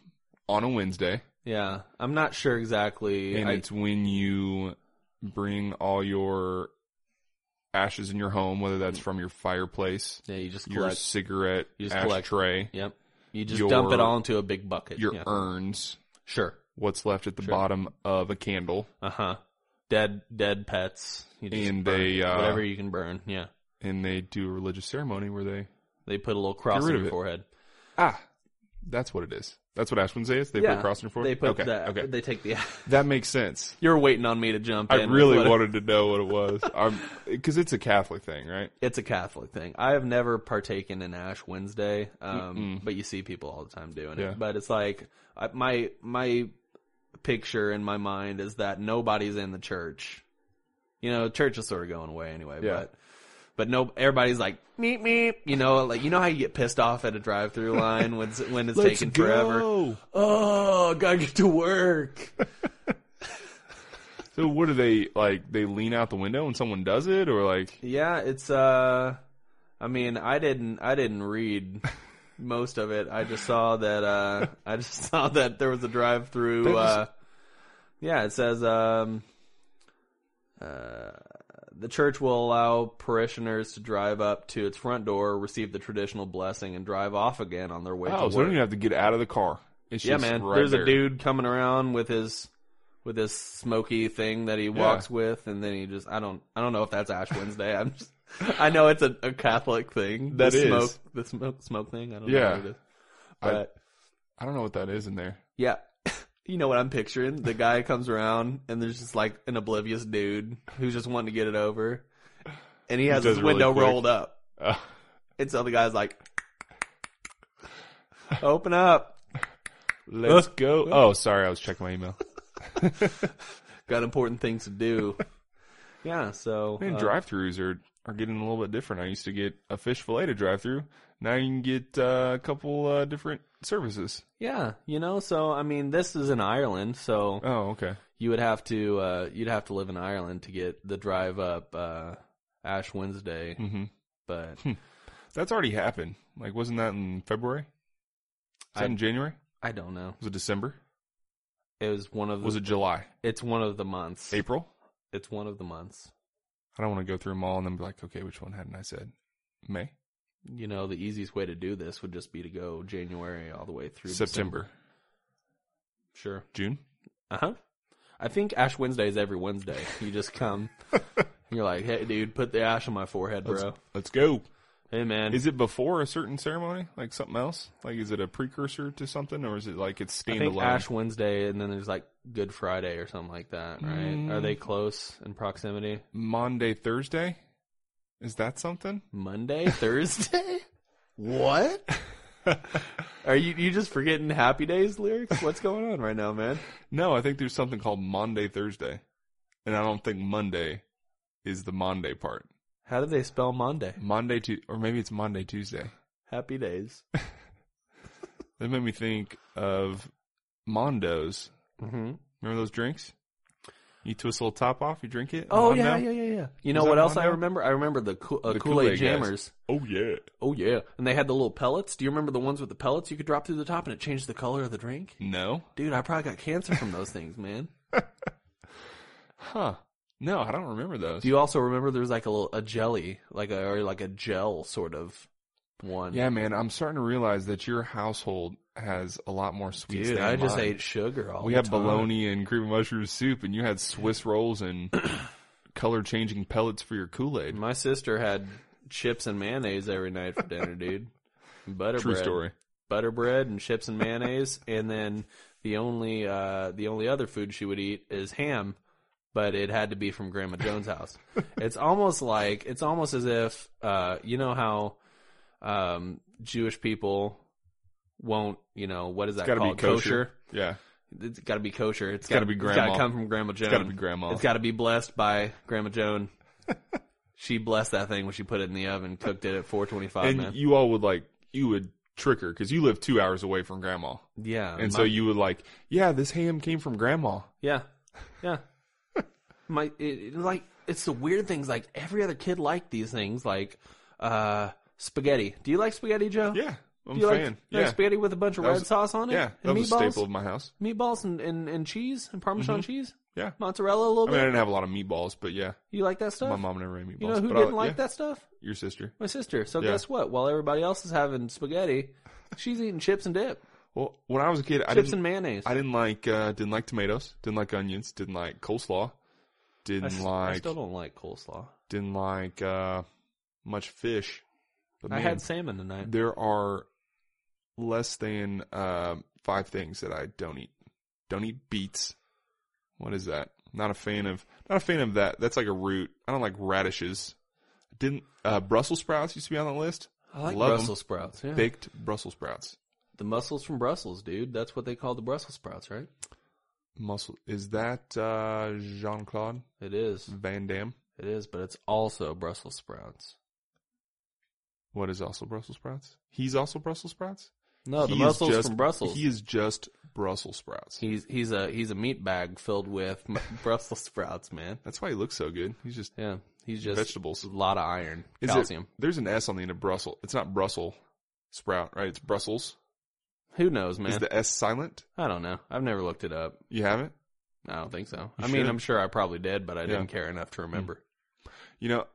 B: on a Wednesday,
A: yeah. I'm not sure exactly.
B: and
A: I,
B: it's when you bring all your ashes in your home, whether that's from your fireplace,
A: yeah, you just
B: your
A: collect.
B: cigarette
A: You just collect.
B: ashtray,
A: yep. You just
B: your-
A: dump it all into a big bucket.
B: your
A: yeah.
B: urns,
A: sure.
B: what's left at the bottom of a candle,
A: Uh huh. Dead dead pets. You just
B: And
A: burn
B: they, uh,
A: whatever you can burn. Yeah.
B: and they do a religious ceremony where they
A: They put a little cross on
B: rid of
A: your
B: it.
A: forehead.
B: ah, that's what it is. That's what Ash Wednesday is. They put
A: Yeah.
B: a cross in your forehead.
A: They put
B: okay,
A: that.
B: okay,
A: They take the.
B: that makes sense.
A: You're waiting on me to jump.
B: I
A: in with
B: really
A: what-
B: wanted to know what it was. Because it's a Catholic thing, right?
A: It's a Catholic thing. I have never partaken in Ash Wednesday, um, but you see people all the time doing
B: Yeah.
A: it. But it's like I, my my picture in my mind is that nobody's in the church. You know, church is sort of going away anyway.
B: Yeah.
A: But But no, everybody's like meep meep. You know, like you know how you get pissed off at a drive-through line when it's, when it's taking forever. Oh, gotta get to work.
B: So what do they like? They lean out the window when someone does it, or like
A: Yeah, it's uh I mean, I didn't I didn't read most of it. I just saw that uh I just saw that there was a drive
B: That
A: through
B: was-
A: uh Yeah, it says um uh the church will allow parishioners to drive up to its front door, receive the traditional blessing, and drive off again on their way
B: oh,
A: to
B: so they don't
A: work.
B: even have to get out of the car. It's
A: yeah,
B: just
A: man.
B: right
A: There's
B: there.
A: a dude coming around with his with his smoky thing that he walks with, and then he just I don't I don't know if that's Ash Wednesday. I'm just I know it's a, a Catholic thing.
B: That
A: the
B: is.
A: smoke the smoke smoke thing. I don't know
B: Yeah.
A: what it is,
B: I-
A: but
B: I don't know what that is in there.
A: yeah. You know what I'm picturing? The guy comes around and there's just like an oblivious dude who's just wanting to get it over, and he has
B: does
A: his
B: it really
A: window
B: quick.
A: rolled up,
B: Uh,
A: and so the guy's like, "Open up,
B: let's go. Oh, sorry, I was checking my email.
A: got important things to do." Yeah, so
B: Man,
A: uh,
B: drive-throughs are are getting a little bit different. I used to get a fish fillet to drive-through. Now you can get uh, a couple uh, different services.
A: Yeah, you know, so I mean, this is in Ireland, so
B: Oh, okay.
A: you would have to uh, you'd have to live in Ireland to get the drive up uh, Ash Wednesday.
B: hmm
A: But
B: That's already happened. Like, wasn't that in February? Was that
A: I-
B: in January?
A: I don't know.
B: Was it December?
A: It was one of the,
B: Was it July?
A: it's one of the months.
B: April?
A: It's one of the months.
B: I don't want to go through them all and then be like, okay, which one hadn't I said? May?
A: You know, the easiest way to do this would just be to go January all the way through December.
B: September?
A: Sure.
B: June?
A: Uh huh. I think Ash Wednesday is every Wednesday. You just come. You're like, hey, dude, put the ash on my forehead, bro.
B: Let's go.
A: hey, man.
B: Is it before a certain ceremony? Like something else? Like, is it a precursor to something or is it like it's
A: I think
B: standalone?
A: Ash Wednesday, and then there's like Good Friday or something like that, right?
B: Mm.
A: Are they close in proximity?
B: Monday, Thursday? Is that something?
A: Monday, Thursday? what? Are you you just forgetting Happy Days lyrics? What's going on right now, man?
B: No, I think there's something called Monday, Thursday. And I don't think Monday is the Monday part.
A: How do they spell Monday?
B: Monday, to, or maybe it's Monday, Tuesday.
A: Happy Days.
B: That made me think of Mondos.
A: Mm-hmm.
B: Remember those drinks? You twist a little top off, you drink it.
A: Oh
B: Mondo?
A: yeah, yeah, yeah, yeah. You know
B: that
A: what else I
B: Mondo?
A: remember? I remember the, Kool- uh,
B: The
A: Kool Aid
B: Kool-Aid guys.
A: Jammers.
B: Oh yeah.
A: Oh yeah, and they had the little pellets. Do you remember the ones with the pellets you could drop through the top and it changed the color of the drink?
B: No.
A: Dude, I probably got cancer from those things, man.
B: Huh. No, I don't remember those.
A: Do you also remember there's like a little a jelly, like a or like a gel sort of one?
B: yeah, man, I'm starting to realize that your household has a lot more sweets.
A: dude,
B: than
A: I just
B: mine.
A: ate sugar all.
B: We
A: the
B: had
A: time.
B: bologna and cream of mushroom soup, and you had Swiss rolls and color changing pellets for your Kool Aid.
A: My sister had chips and mayonnaise every night for dinner, dude. Butter
B: True
A: bread,
B: story.
A: butter bread and chips and mayonnaise, and then the only uh the only other food she would eat is ham, but it had to be from Grandma Jones' house. it's almost like it's almost as if uh you know how um Jewish people won't you know what is that
B: Got to be
A: called
B: kosher. Yeah,
A: it's got to be kosher. it's gotta-
B: gotta be
A: It's got
B: grandma.
A: to come from Grandma Joan.
B: gotta be grandma.
A: It's got to be blessed by Grandma Joan. she blessed that thing when she put it in the oven, cooked it at 425,
B: and
A: man.
B: you all would like you would trick her because you live two hours away from grandma,
A: yeah.
B: and
A: my-
B: so you would like, yeah, this ham came from grandma.
A: yeah. Yeah. my it, it- like it's the weird things like every other kid liked these things like uh spaghetti. Do you like spaghetti, Joe?
B: Yeah,
A: Do
B: I'm a
A: you like,
B: fan.
A: like
B: yeah,
A: spaghetti with a bunch of
B: That
A: red
B: was-
A: sauce on it?
B: yeah, that
A: and
B: was a
A: meatballs,
B: staple of my house.
A: meatballs and, and, and cheese and Parmesan cheese,
B: Yeah,
A: mozzarella a little
B: I mean, I
A: bit.
B: didn't have a lot of meatballs, but yeah,
A: You like that stuff?
B: my mom never made meatballs.
A: You know who
B: but
A: didn't
B: I,
A: like
B: yeah,
A: that stuff?
B: Your sister.
A: My sister. So
B: Yeah.
A: guess what? While everybody else is having spaghetti, she's eating chips and dip,
B: Well, when I was a kid, I
A: chips
B: didn't,
A: and mayonnaise.
B: I didn't like, uh, didn't like tomatoes, didn't like onions, didn't like coleslaw,
A: I
B: didn't
A: s- I
B: like,
A: still don't like coleslaw.
B: didn't like uh, much fish. But
A: I
B: man,
A: had salmon tonight.
B: there are less than uh, five things that I don't eat. Don't eat beets. What is that? Not a fan of. Not a fan of that. That's like a root. I don't like radishes. Didn't uh, Brussels sprouts used to be on the list?
A: I like
B: love 'em.
A: Brussels sprouts. Yeah.
B: Baked Brussels sprouts.
A: The mussels from Brussels, dude. That's what they call the Brussels sprouts, right?
B: Muscle. Is that uh, Jean Claude
A: It is.
B: Van Damme?
A: It is, but it's also Brussels sprouts.
B: What is also Brussels sprouts? He's also Brussels sprouts.
A: No, the
B: He is
A: muscles
B: just-
A: from Brussels.
B: He is just Brussels sprouts.
A: he's he's a he's a meat bag filled with m- Brussels sprouts, man.
B: That's why he looks so good. He's just
A: Yeah, he's just
B: Vegetables.
A: A lot of iron,
B: Is it-
A: calcium.
B: there's an S on the end of Brussels. It's not Brussels sprout, right? It's Brussels.
A: Who knows, man?
B: Is the S silent?
A: I don't know. I've never looked it up.
B: You haven't?
A: I don't think so.
B: You
A: I mean,
B: should.
A: I'm sure I probably did, but I
B: Yeah. Mm.
A: didn't care enough to remember.
B: You know,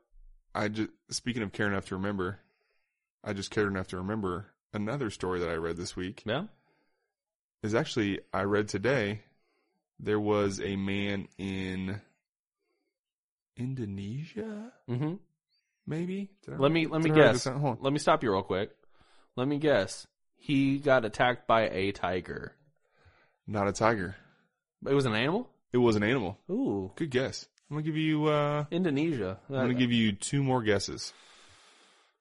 B: I just speaking of care enough to remember, I just cared enough to remember another story that I read this week.
A: Yeah.
B: Is actually I read today there was a man in Indonesia,
A: hmm
B: maybe? Did I-
A: Let me let me
B: did I write
A: guess.
B: this down? Hold on.
A: Let me stop you real quick. Let me guess. He got attacked by a tiger.
B: Not a tiger.
A: It was an animal.
B: It was an animal.
A: Ooh,
B: Good guess. I'm gonna give you uh
A: Indonesia.
B: I'm gonna give you two more guesses.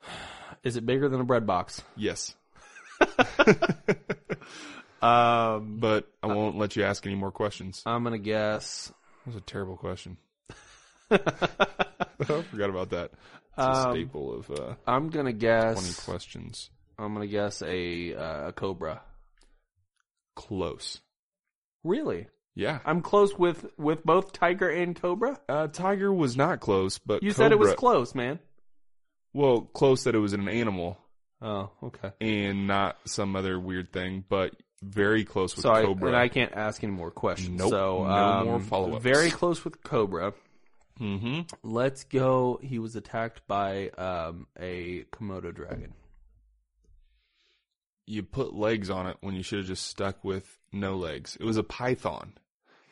A: Uh, Is it bigger than a bread box?
B: Yes.
A: Um, uh,
B: But I won't let you ask any more questions.
A: I'm gonna guess.
B: That was a terrible question. I forgot about that. It's a
A: Um,
B: staple of uh,
A: I'm gonna
B: 20
A: guess.
B: questions.
A: I'm gonna guess a uh, a cobra.
B: Close.
A: Really?
B: Yeah.
A: I'm close with with both tiger and cobra.
B: Uh, tiger was not close, but
A: You said it was
B: cobra-
A: close, man.
B: well close that it was an animal
A: Oh, okay.
B: and not some other weird thing, but very close with
A: So I,
B: cobra.
A: and I can't ask any more questions.
B: Nope.
A: so
B: No
A: um,
B: more follow-ups.
A: Very close with cobra.
B: mm-hmm.
A: Let's go. He was attacked by um, a komodo dragon.
B: You put legs on it when you should have just stuck with no legs. It was a python.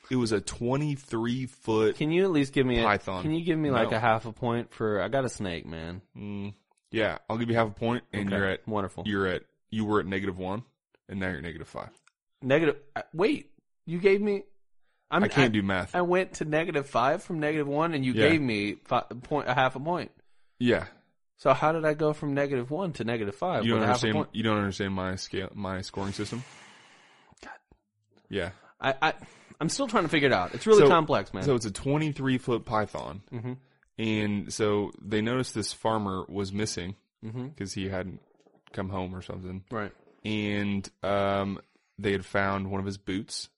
B: It was a 23 foot.
A: Can you at least give me a
B: Python.
A: Can you give me like
B: No.
A: a half a point for? I got a snake, man.
B: Mm, yeah, I'll give you half a point, and
A: Okay.
B: you're at
A: wonderful.
B: you're at you were at negative one, and now you're at negative five.
A: negative. uh, Wait, you gave me. I'm,
B: I can't do math.
A: I went to negative five from negative one, and you
B: Yeah.
A: gave me fi point a half a point.
B: yeah,
A: So how did I go from negative one to negative five?
B: you don't
A: with a half a
B: understand.
A: point?
B: You don't understand my scale, my scoring system.
A: God.
B: Yeah.
A: I, I I'm still trying to figure it out. It's really
B: So-
A: complex, man.
B: So it's a 23 foot python,
A: mm-hmm.
B: and so they noticed this farmer was missing
A: Mm-hmm.
B: because he hadn't come home or something,
A: Right.
B: and um, they had found one of his boots,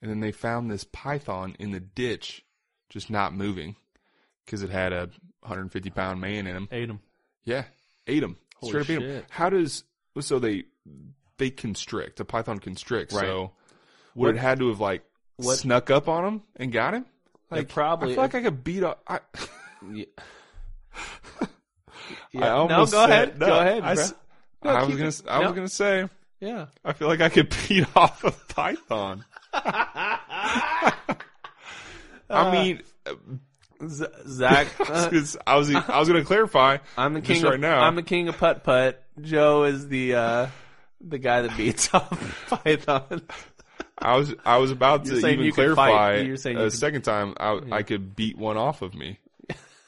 B: and then they found this python in the ditch, just not moving, because it had a 150 pound man in him.
A: Ate him.
B: Yeah, ate them.
A: Holy
B: Straight up ate 'em.
A: shit.
B: How does so they they constrict? A python constricts.
A: Right.
B: So would it had to have like
A: what-
B: snuck up on him and got him?
A: They probably-
B: I feel like I could beat up. I,
A: Yeah.
B: I
A: Yeah. no,
B: almost
A: go
B: said-
A: ahead.
B: no,
A: go ahead,
B: I,
A: bro.
B: s-
A: No,
B: I
A: keep
B: was
A: it-
B: gonna. s- I was
A: no.
B: gonna say.
A: Yeah.
B: I feel like I could beat off a python.
A: Uh,
B: I mean,
A: Z- Zach,
B: I was
A: uh,
B: gonna s- I was e, I was gonna clarify.
A: I'm the
B: just
A: king.
B: right
A: of,
B: now.
A: I'm the king of putt putt. Joe is the uh, the guy that beats off python.
B: I was I was about to
A: You're saying
B: even
A: you could fight.
B: clarify
A: You're saying
B: a
A: you could-
B: second time I, I could beat one off of me.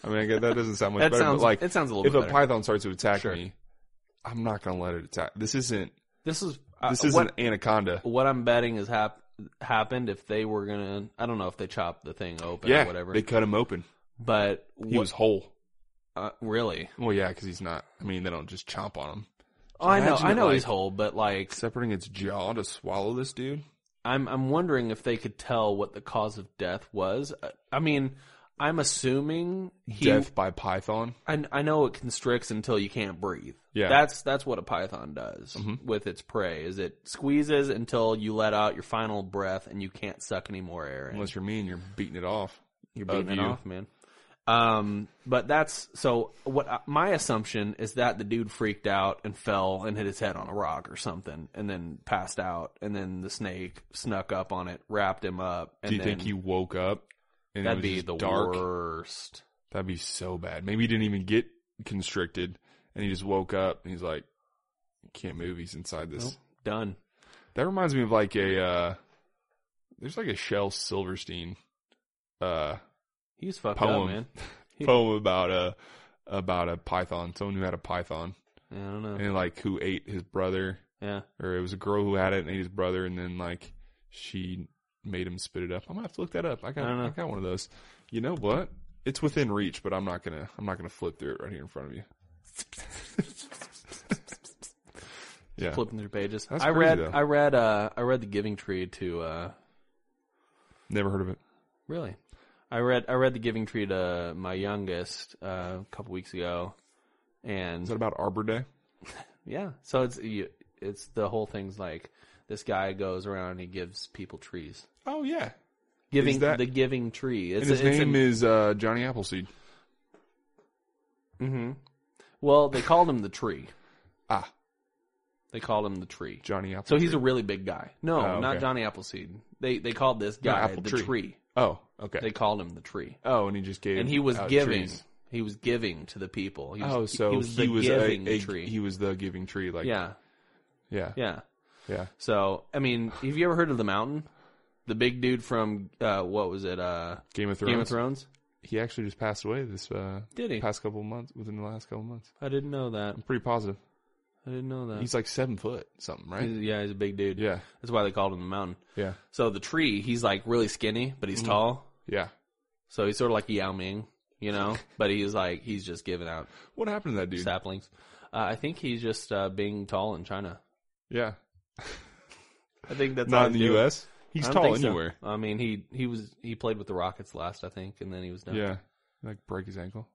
B: I mean, I guess that doesn't sound much
A: That
B: better.
A: sounds
B: but like
A: it sounds a little
B: if
A: bit
B: a
A: better.
B: python starts to attack me, I'm not going to let it attack. This isn't
A: this is uh,
B: this isn't
A: what
B: anaconda.
A: what I'm betting is hap- happened if they were gonna. I don't know if they chopped the thing open
B: Yeah,
A: or whatever.
B: they cut him open.
A: but
B: He
A: what,
B: was whole.
A: uh, really,
B: Well, yeah, because he's not. I mean, they don't just chomp on him.
A: oh, I know,
B: imagine
A: I
B: it,
A: know
B: like-
A: he's whole, but like
B: Separating its jaw to swallow this dude.
A: I'm I'm wondering if they could tell what the cause of death was. I- I mean, I'm assuming he.
B: Death by python.
A: I, I know it constricts until you can't breathe.
B: Yeah. Mm-hmm.
A: that's that's what a python does with its prey. Is it squeezes until you let out your final breath and you can't suck any more air. In.
B: Unless you're me and you're beating it off.
A: You're beating
B: of
A: it
B: you.
A: off, man. Um, but that's so. What I, my assumption is that the dude freaked out and fell and hit his head on a rock or something, and then passed out, and then the snake snuck up on it, wrapped him up. And
B: Do you
A: then,
B: think he woke up? And it
A: That'd
B: was
A: be
B: just
A: the
B: dark?
A: worst.
B: That'd be so bad. Maybe he didn't even get constricted and he just woke up and he's like, can't move. He's inside this.
A: Done.
B: That reminds me of like a, uh, there's like a Shel Silverstein, uh,
A: He's fucked
B: Poem.
A: up, man. He-
B: poem about a, about a python, someone who had a python
A: Yeah, I don't know.
B: and like who ate his brother
A: Yeah,
B: or it was a girl who had it and ate his brother and then like she made him spit it up. I'm gonna have to look that up. I got,
A: I don't know.
B: I, got one of those. You know what? It's within reach, but I'm not gonna, I'm not gonna flip through it right here in front of you. Yeah.
A: flipping through pages.
B: That's
A: I
B: crazy,
A: read
B: though.
A: I read uh I read the Giving Tree to uh
B: Never heard of it.
A: Really? I read I read The Giving Tree to my youngest uh, a couple weeks ago, and
B: Is that about Arbor Day?
A: yeah, so it's you, it's the whole thing's like this guy goes around and he gives people trees,
B: Oh yeah.
A: giving
B: that-
A: the Giving Tree. It's
B: And his
A: a- it's
B: name
A: a,
B: is uh, Johnny Appleseed.
A: hmm Well, they called him the Tree.
B: Ah,
A: They called him the Tree.
B: Johnny Appleseed.
A: So he's a really big guy. No,
B: Oh,
A: not
B: okay.
A: Johnny Appleseed. They they called this
B: No,
A: guy
B: Apple
A: the
B: Tree.
A: Tree.
B: Oh, okay.
A: They called him the Tree.
B: oh, and he just gave.
A: and he was
B: out
A: giving.
B: Oh, trees.
A: He was giving to the people. He was,
B: Oh, so
A: he was the giving
B: a, a-
A: tree.
B: He was the giving tree. Like
A: yeah,
B: yeah, yeah.
A: yeah. So I mean, have you ever heard of the mountain? The big dude from uh, what was it? Uh,
B: Game of Thrones.
A: Game of Thrones.
B: He actually just passed away this uh,
A: Did he?
B: past couple months. Within the last couple months,
A: I didn't know that.
B: I'm pretty positive.
A: I didn't know that.
B: He's like seven foot something, right?
A: He's- yeah, he's a big dude.
B: yeah,
A: That's why they called him the mountain.
B: yeah,
A: So the tree, he's like really skinny, but
B: Mm-hmm.
A: he's tall.
B: yeah.
A: So he's sort of like Yao Ming, you know. but he's like he's just giving out
B: What happened to that dude?
A: saplings. Uh, I think he's just uh, being tall in China.
B: Yeah,
A: I think that's how
B: not in the
A: he's doing it.
B: U.S. He's
A: I don't
B: tall
A: think so.
B: anywhere.
A: I mean, he he was he played with the Rockets last, I think, and then he was done.
B: Yeah, like break his ankle.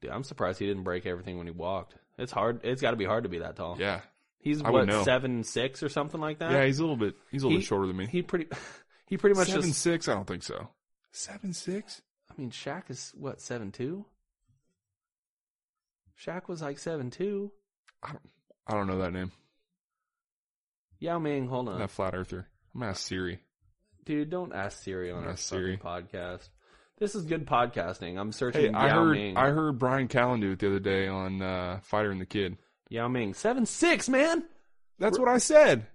A: Dude, I'm surprised he didn't break everything when he walked. It's hard. It's got to be hard to be that tall.
B: Yeah,
A: he's
B: I would
A: what
B: know.
A: seven six or something like that.
B: yeah. He's a little bit. He's a little
A: Uh, He-
B: bit shorter than me.
A: he pretty he pretty much
B: seven
A: just.
B: six? I don't think so. Seven six?
A: I mean, Shaq is what seven two. Shaq was like seven two.
B: I don't know that name.
A: Yao Ming, hold on,
B: That flat earther. I'm gonna ask Siri.
A: dude, don't ask Siri on our
B: Ask Siri.
A: fucking podcast. This is good podcasting. I'm searching
B: Hey, I
A: Yao
B: heard
A: Ming.
B: I heard Brian Callen do it the other day on uh, Fighter and the Kid.
A: Yao Ming, seven six, man,
B: That's what I said.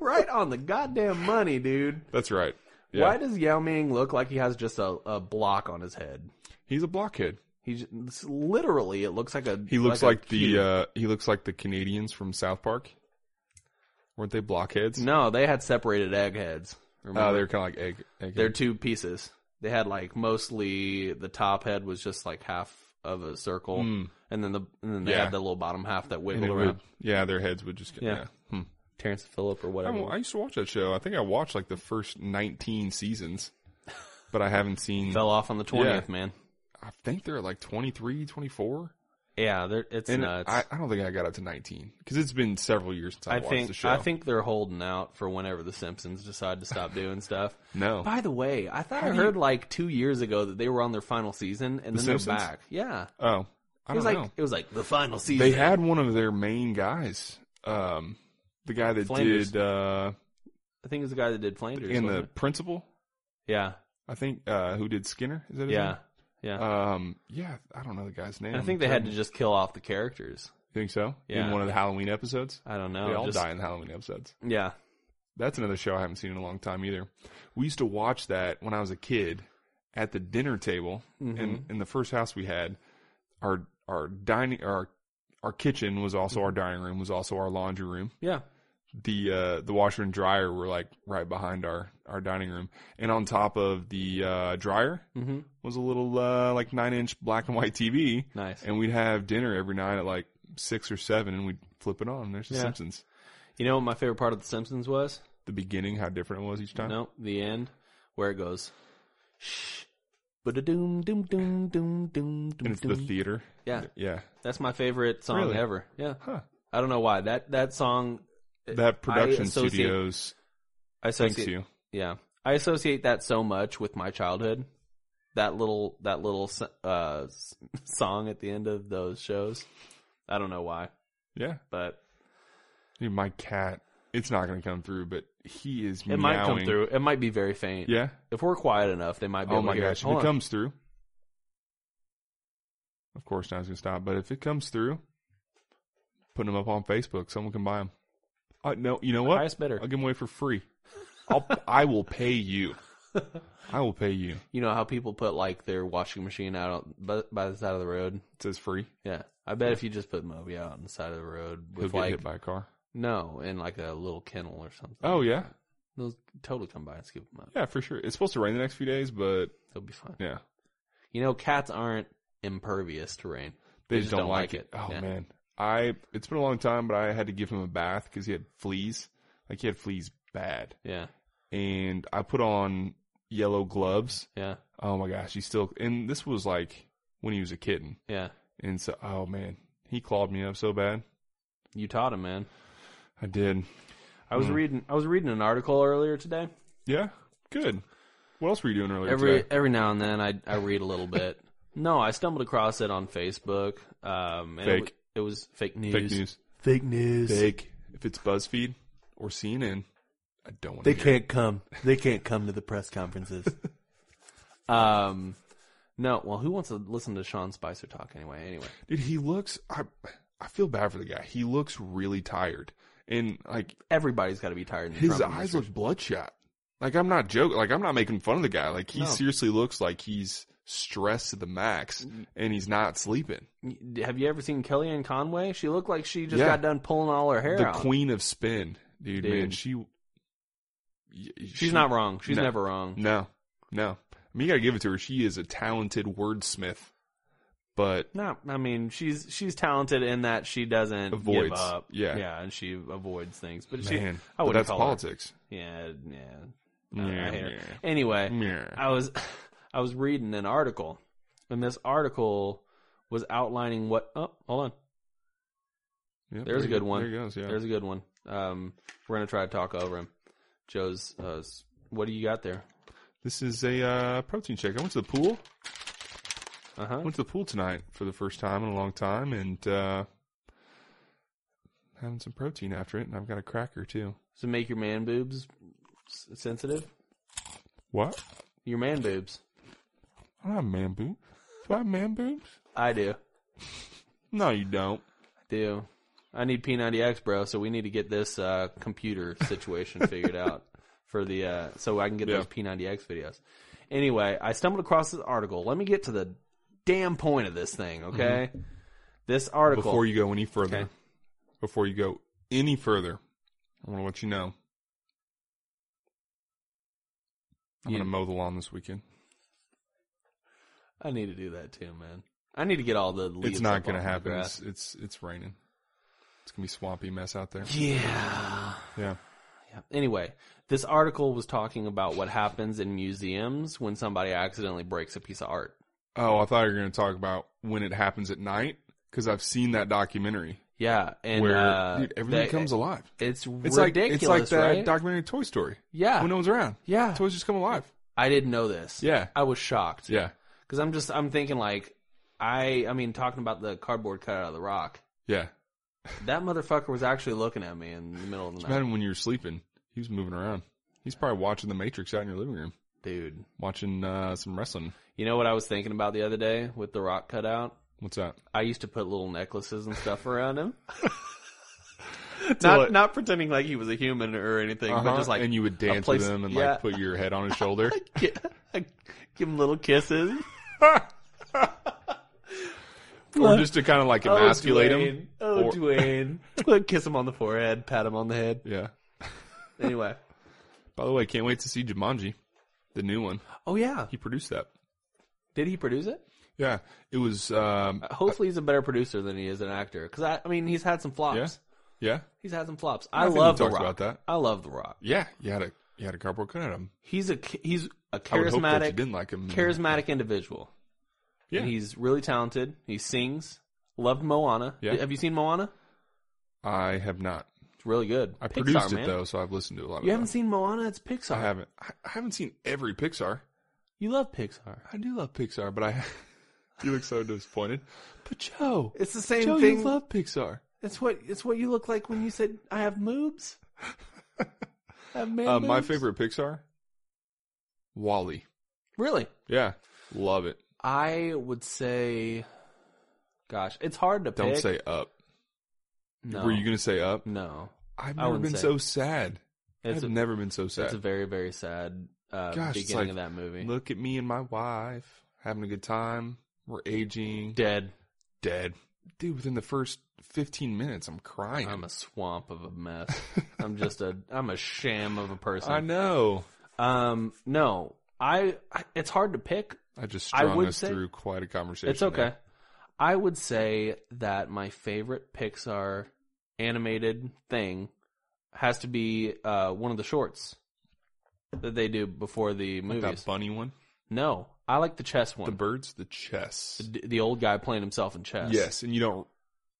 A: right on the goddamn money, dude.
B: That's right. Yeah.
A: Why does Yao Ming look like he has just a, a block on his head?
B: He's a blockhead.
A: He's it's literally it looks like a
B: He looks like,
A: a
B: the
A: cube.
B: uh, he looks like the Canadians from South Park. Weren't they blockheads?
A: no they had separated eggheads. Remember? they're
B: Uh, they're kind of like egg. egg
A: two pieces. They had like mostly the top head was just like half of a circle,
B: Mm.
A: and then the and then they
B: Yeah.
A: had the little bottom half that
B: And
A: wiggled
B: it
A: around.
B: would- yeah, their heads would just get.
A: Yeah.
B: Yeah. Hmm.
A: Terrence Phillip or whatever.
B: I'm- I used to watch that show. I think I watched like the first 19 seasons, but I haven't seen.
A: fell off on the twentieth, man.
B: I think they're at like 23, 24.
A: Yeah, they're, it's
B: And
A: nuts.
B: I, I don't think I got up to 19 because it's been several years since I,
A: I
B: watched the
A: think
B: show.
A: I think they're holding out for whenever the Simpsons decide to stop doing stuff.
B: no.
A: By the way, I thought I
B: do you-
A: heard like two years ago that they were on their final season, and
B: The
A: then they're
B: Simpsons?
A: back. Yeah,
B: Oh, I
A: it was
B: don't
A: like
B: know.
A: it was like the final season.
B: They had one of their main guys, um, the guy that
A: Flanders.
B: did uh,
A: I think it was the guy that did Flanders.
B: in the
A: wasn't
B: principal,
A: it? yeah,
B: I think, uh, who did Skinner. Is that his
A: yeah, yeah.
B: name? Um, yeah, I don't know the guy's name.
A: And I think they had to just kill off the characters.
B: You think so?
A: Yeah.
B: In one of the Halloween episodes,
A: I don't
B: they
A: know.
B: all
A: just-
B: die in the Halloween episodes.
A: Yeah,
B: That's another show I haven't seen in a long time either. We used to watch that when I was a kid at the dinner table
A: Mm-hmm.
B: in, in the first house we had. Our our dining our our kitchen was also our dining room, was also our laundry room.
A: yeah.
B: The uh, the washer and dryer were like right behind our, our dining room, and on top of the uh, dryer
A: hmm
B: was a little uh, like nine inch black and white TV,
A: Nice.
B: and we'd have dinner every night at like six or seven, and we'd flip it on. And there's The
A: Yeah.
B: Simpsons.
A: You know what my favorite part of The Simpsons was?
B: The beginning, how different it was each time.
A: No, the end where it goes. Shh. But doom doom doom doom doom
B: and
A: doom.
B: it's the theater.
A: Yeah,
B: Yeah.
A: that's my favorite song
B: Really?
A: ever. Yeah,
B: Huh.
A: I don't know why that that song.
B: That production
A: Uh, associate-
B: studios
A: I
B: thanks
A: associate.
B: you.
A: Yeah, I associate that so much with my childhood. That little that little s- uh, s- song at the end of those shows. I don't know why,
B: Yeah.
A: but
B: Dude, my cat, it's not going to come through, but he is
A: it might come
B: meowing.
A: through. It might be very faint.
B: Yeah.
A: If we're quiet enough, they might be.
B: Oh
A: able
B: my
A: to hear
B: gosh.
A: It.
B: If
A: Hold
B: it
A: on.
B: comes through, of course, now it's going to stop. But if it comes through, putting them up on Facebook. Someone can buy them. Uh, no, you know what?
A: highest bidder.
B: I'll give them away for free. I'll, I will pay you. I will pay you. It
A: You know how people put like their washing machine out on, by, by the side of the road.
B: says free.
A: Yeah, I bet if you just put Moby out on the side of the road
B: He'll
A: with
B: get
A: like
B: hit by a car.
A: no, in like a little kennel or something.
B: Oh, yeah.
A: they'll totally come by and scoop them up.
B: Yeah, for sure. It's supposed to rain the next few days, but
A: They'll be fine.
B: yeah.
A: You know, cats aren't impervious to rain.
B: They, just, don't, like it. Oh
A: Yeah.
B: man, I it's been a long time, but I had to give him a bath because he had fleas. Like he had fleas bad,
A: Yeah.
B: and I put on yellow gloves.
A: Yeah.
B: Oh my gosh, he still. And this was like when he was a kitten,
A: Yeah.
B: and so oh man, he clawed me up so bad.
A: You taught him, man.
B: I did.
A: I
B: Hmm.
A: was reading I was reading an article earlier today.
B: Yeah, good. What else were you doing earlier
A: Every
B: today?
A: every now and then I I read a little bit. No, I stumbled across it on Facebook. Um and
B: Fake.
A: It, was, it was fake news.
B: Fake news.
A: Fake news.
B: Fake. If it's BuzzFeed or CNN, I don't want to.
A: They can't come. They can't come to the press conferences. um, no. Well, who wants to listen to Sean Spicer talk anyway? Anyway,
B: Dude, he looks. I I feel bad for the guy. He looks really tired, and like
A: everybody's got to be tired. In the
B: his
A: Trump
B: eyes look bloodshot. Like I'm not joking. Like I'm not making fun of the guy. Like he
A: No.
B: seriously looks like he's stressed to the max,
A: Mm.
B: and he's not sleeping.
A: administration. Have you ever seen Kellyanne Conway? She looked like she just
B: Yeah.
A: got done pulling all her hair
B: The
A: out.
B: queen of spin, dude.
A: Dude.
B: Man, she. y-
A: She's
B: she-
A: not wrong. She's
B: No.
A: never wrong.
B: No, no. I mean, you gotta give it to her. She is a talented wordsmith, but
A: No, I mean she's she's talented in that she doesn't
B: Avoids.
A: give up.
B: Yeah.
A: yeah, and she avoids things. But she,
B: man,
A: I
B: but
A: wouldn't
B: that's
A: call her-
B: politics.
A: yeah, yeah. I-
B: Yeah,
A: I Uh, hate her.
B: yeah.
A: Anyway,
B: Yeah.
A: I was I was reading an article, and this article was outlining what. Oh, hold on.
B: Yep,
A: There's a
B: there
A: good
B: he-
A: one.
B: There he goes. Yeah.
A: There's a good one. Um, we're gonna try to talk over him. Joe's. Uh, s- what do you got there?
B: This is a uh, protein shake. I went to the pool.
A: Uh
B: I
A: huh.
B: went to the pool tonight for the first time in a long time, and uh, having some protein after it. And I've got a cracker too.
A: So make your man boobs s- sensitive.
B: What?
A: Your man boobs.
B: I don't have man boobs. Do I have man boobs?
A: I do.
B: No, you don't.
A: I do. I need P90X, bro. So we need to get this uh, computer situation figured out for the uh, so I can get
B: Yeah.
A: those P90X videos. Anyway, I stumbled across this article. Let me get to the damn point of this thing, okay? This article.
B: Mm-hmm. Before you go any further,
A: Okay.
B: before you go any further, I want to let you know. I'm
A: You-
B: gonna mow the lawn this weekend.
A: I need to do that too, man. I need to get all the. Leaves
B: it's not
A: up
B: gonna
A: off my
B: happen.
A: grass.
B: It's, it's it's raining. It's gonna be swampy mess out there.
A: Yeah.
B: Yeah.
A: Yeah. Anyway, this article was talking about what happens in museums when somebody accidentally breaks a piece of art.
B: Oh, I thought you were going to talk about when it happens at night because I've seen that documentary
A: Yeah, and
B: where
A: uh,
B: dude, everything
A: they-
B: comes alive.
A: It's,
B: It's like
A: ridiculous,
B: it's like that
A: right? Ah.
B: documentary Toy Story
A: yeah,
B: when no one's around.
A: yeah.
B: Toys just come alive.
A: I didn't know this.
B: Yeah,
A: I was shocked
B: yeah,
A: because I'm just I'm thinking like I I mean talking about the cardboard cut out of the rock.
B: yeah.
A: That motherfucker was actually looking at me in the middle of the night,
B: Imagine when you're sleeping, he was moving around. He's probably watching The Matrix out in your living room,
A: dude.
B: watching uh, some wrestling.
A: You know what I was thinking about the other day with the rock cut out?
B: What's that?
A: I used to put little necklaces and stuff around him.
B: Till
A: not
B: it-
A: not pretending like he was a human or anything,
B: Uh-huh.
A: but just like
B: and you would dance
A: place-
B: with him and
A: yeah.
B: like put your head on his shoulder.
A: gi- give him little kisses.
B: or just to kind of like emasculate him.
A: Oh,
B: Or-
A: Dwayne. Oh, Dwayne. Kiss him on the forehead, pat him on the head.
B: Yeah.
A: Anyway.
B: By the way, can't wait to see Jumanji, the new one.
A: Oh, yeah.
B: He produced that.
A: Did he produce it?
B: Yeah, it was. Um,
A: Hopefully, he's a better producer than he is an actor. Because, I, I mean, he's had some flops.
B: yeah, yeah,
A: He's had some flops. I,
B: think we
A: love The
B: talked
A: Rock.
B: about that.
A: I love The Rock.
B: yeah. You had a you had a cardboard cutout of him.
A: He's a, ch- he's a
B: I would hope that you
A: charismatic,
B: didn't like him.
A: charismatic individual.
B: Yeah.
A: He's really talented. He sings. Loved Moana.
B: Yeah.
A: Have you seen Moana?
B: I have not.
A: It's really good.
B: I
A: Pixar,
B: produced it
A: man.
B: though, so I've listened to a lot
A: You
B: of.
A: haven't seen Moana? It's Pixar.
B: Them. I haven't. I I haven't seen every Pixar.
A: You love Pixar.
B: I do love Pixar, but I. you look so disappointed. But Joe,
A: It's the same
B: Joe,
A: thing.
B: you love Pixar.
A: It's what it's what you look like when you said I have moobs. I have man
B: Uh, my
A: boobs."
B: favorite Pixar. Wally.
A: Really,
B: Yeah, love it.
A: I would say, gosh, it's hard to
B: Don't
A: pick.
B: say up.
A: no.
B: Were you gonna say up?
A: no.
B: I've
A: I
B: never
A: wouldn't
B: been
A: say.
B: so sad.
A: It's
B: I've
A: a,
B: never been so sad.
A: it's a very very sad uh,
B: Gosh, it's
A: beginning
B: like-
A: of that movie.
B: Look at me and my wife having a good time. We're aging.
A: Dead.
B: Dead. Dude, within the first 15 minutes, I'm crying.
A: I'm a swamp of a mess. I'm just a I'm a sham of a person.
B: I know.
A: Um, no, I, I. It's hard to pick.
B: I just
A: I
B: strung
A: would
B: us
A: say-
B: through quite a conversation.
A: It's okay.
B: there.
A: I would say that my favorite Pixar animated thing has to be uh, one of the shorts that they do before the
B: Like
A: movies.
B: that bunny one.
A: no, I like the chess
B: The
A: one.
B: birds, the chess.
A: The, the old guy playing himself in chess.
B: Yes, and you don't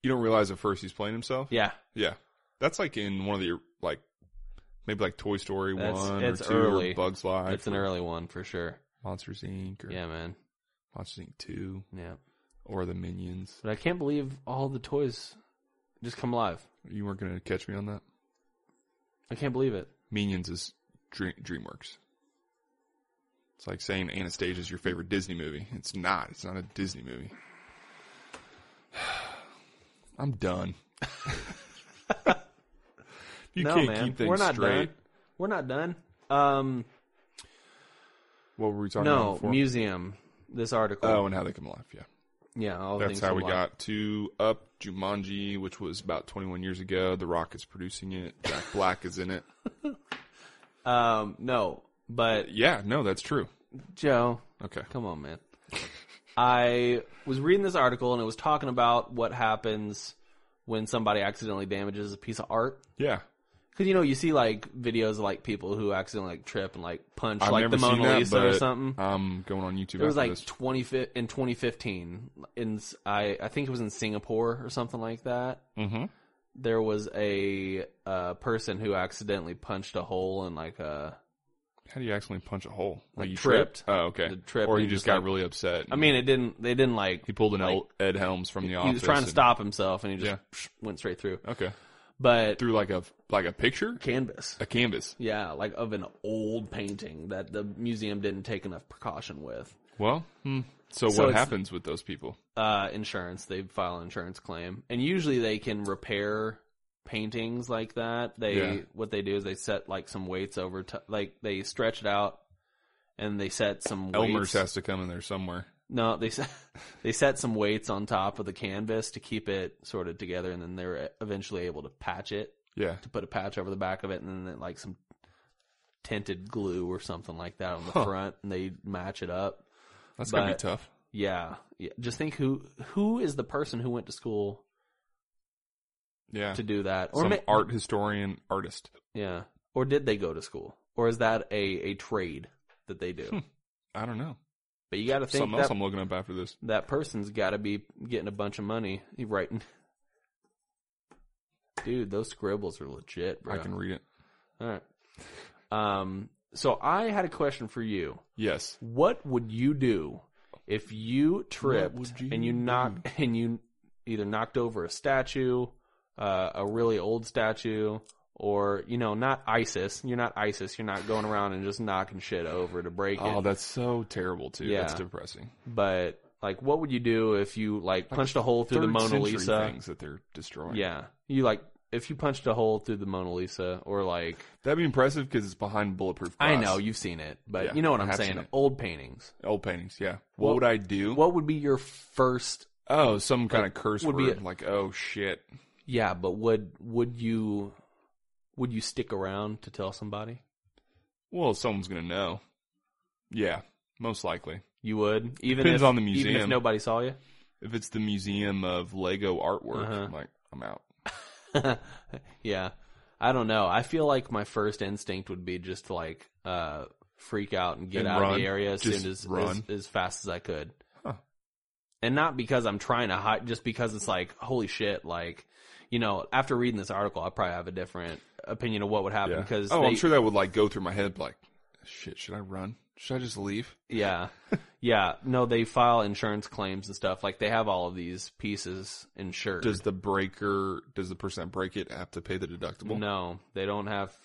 B: you don't realize at first he's playing himself.
A: Yeah.
B: Yeah. That's like in one of the like maybe like Toy Story
A: That's-
B: one
A: it's
B: or two
A: early.
B: or Bugs Life.
A: It's an
B: or
A: early one for sure.
B: Monsters Inc. or
A: Yeah, man.
B: Monsters Inc. two
A: Yeah.
B: or the Minions.
A: But I can't believe all the toys just come alive.
B: You weren't gonna catch me on that.
A: I can't believe it.
B: Minions is Dream, DreamWorks. It's like saying Anastasia's your favorite Disney movie. It's not. It's not a Disney movie. I'm done. you
A: no,
B: can't
A: man.
B: keep things
A: We're not
B: straight.
A: done. We're not done. Um,
B: What were we talking about
A: no,
B: before?
A: museum. This article.
B: Oh, and how they come alive. Yeah,
A: yeah, all
B: that's
A: things
B: how we
A: alive.
B: got to up Jumanji, which was about 21 years ago. The Rock is producing it. Jack Black is in it.
A: Um, no, but
B: Yeah, no, that's true.
A: Joe,
B: Okay,
A: come on, man. I was reading this article and it was talking about what happens when somebody accidentally damages a piece of art.
B: yeah.
A: Because you know you see like videos of like people who accidentally like trip and like punch
B: I've
A: like
B: never
A: the Mona
B: seen that,
A: Lisa or
B: but
A: something.
B: I'm going on YouTube.
A: It was
B: after
A: like
B: this.
A: 20 fi- in 2015 in S- I I think it was in Singapore or something like that.
B: Mhm.
A: There was a uh, person who accidentally punched a hole in like a
B: How do you accidentally punch a hole? Like,
A: Like
B: you
A: tripped.
B: Oh, okay.
A: The trip
B: or
A: and
B: you
A: just
B: just got
A: like-
B: really upset.
A: I mean it didn't they didn't like
B: he pulled an
A: like-
B: El- Ed Helms from the office.
A: he was trying to
B: and-
A: stop himself and he just
B: Yeah.
A: psh, went straight through.
B: Okay.
A: But
B: Through like a like a picture,
A: canvas.
B: a canvas.
A: Yeah, like of an old painting that the museum didn't take enough precaution with.
B: Well, hmm. so,
A: So
B: what
A: it's-
B: happens with those people?
A: Uh insurance, they file an insurance claim. And usually they can repair paintings like that. They
B: Yeah.
A: what they do is they set like some weights over t- like they stretch it out and they set some
B: Elmer's
A: weights.
B: has to come in there somewhere.
A: No, they set, they set some weights on top of the canvas to keep it sort of together and then they're eventually able to patch it
B: Yeah.
A: to put a patch over the back of it and then like some tinted glue or something like that on the
B: Huh.
A: front and they match it up.
B: That's gonna be
A: But-
B: tough.
A: Yeah. yeah. Just think who who is the person who went to school
B: Yeah.
A: to do that or
B: Some
A: ma-
B: art historian artist.
A: yeah. Or did they go to school? Or is that a a trade that they do?
B: Hmm. I don't know.
A: But you got to think
B: Something else
A: that
B: I'm looking up after this.
A: that person's got to be getting a bunch of money He writing Dude, those scribbles are legit, bro.
B: I can read it.
A: All right. Um so I had a question for you.
B: Yes.
A: what would you do if you tripped
B: would you
A: and you knocked and you either knocked over a statue, uh, a really old statue, or you know, not ISIS. You're not ISIS. You're not going around and just knocking shit over to break
B: Oh,
A: it.
B: that's so terrible too.
A: Yeah.
B: That's depressing.
A: But like, what would you do if you like punched a hole through the
B: Third
A: Mona
B: century
A: Lisa?
B: things that they're destroying.
A: Yeah, you like if you punched a hole through the Mona Lisa, or like
B: That'd be impressive because it's behind bulletproof glass.
A: I know you've seen it, but
B: Yeah,
A: you know what I'm
B: I've seen
A: saying.
B: it.
A: Old paintings.
B: Old paintings, yeah. What, would I do?
A: What would be your first
B: oh, some kind of curse
A: would be
B: word,
A: a-
B: like oh shit.
A: Yeah, but would would you would you stick around to tell somebody?
B: Well, someone's gonna know. Yeah, most likely.
A: You would, even
B: Depends
A: if,
B: on the
A: even if
B: museum.
A: nobody saw you.
B: If it's the museum of Lego artwork,
A: Uh-huh.
B: I'm like I'm out.
A: yeah, I don't know. I feel like my first instinct would be just to like uh, freak out and get
B: And
A: out of
B: run.
A: the area as
B: Just
A: soon as,
B: run.
A: as as fast as I could.
B: Huh.
A: And not because I'm trying to hide, just because it's like holy shit, like. You know, after reading this article, I probably have a different opinion of what would happen
B: Yeah.
A: Uh, because
B: oh,
A: they,
B: I'm sure that would like go through my head, like shit. Should I run? Should I just leave?
A: Yeah. Yeah. No, they file insurance claims and stuff. Like they have all of these pieces insured.
B: Does the breaker? Does the person that break it have to pay the deductible?
A: no, they don't have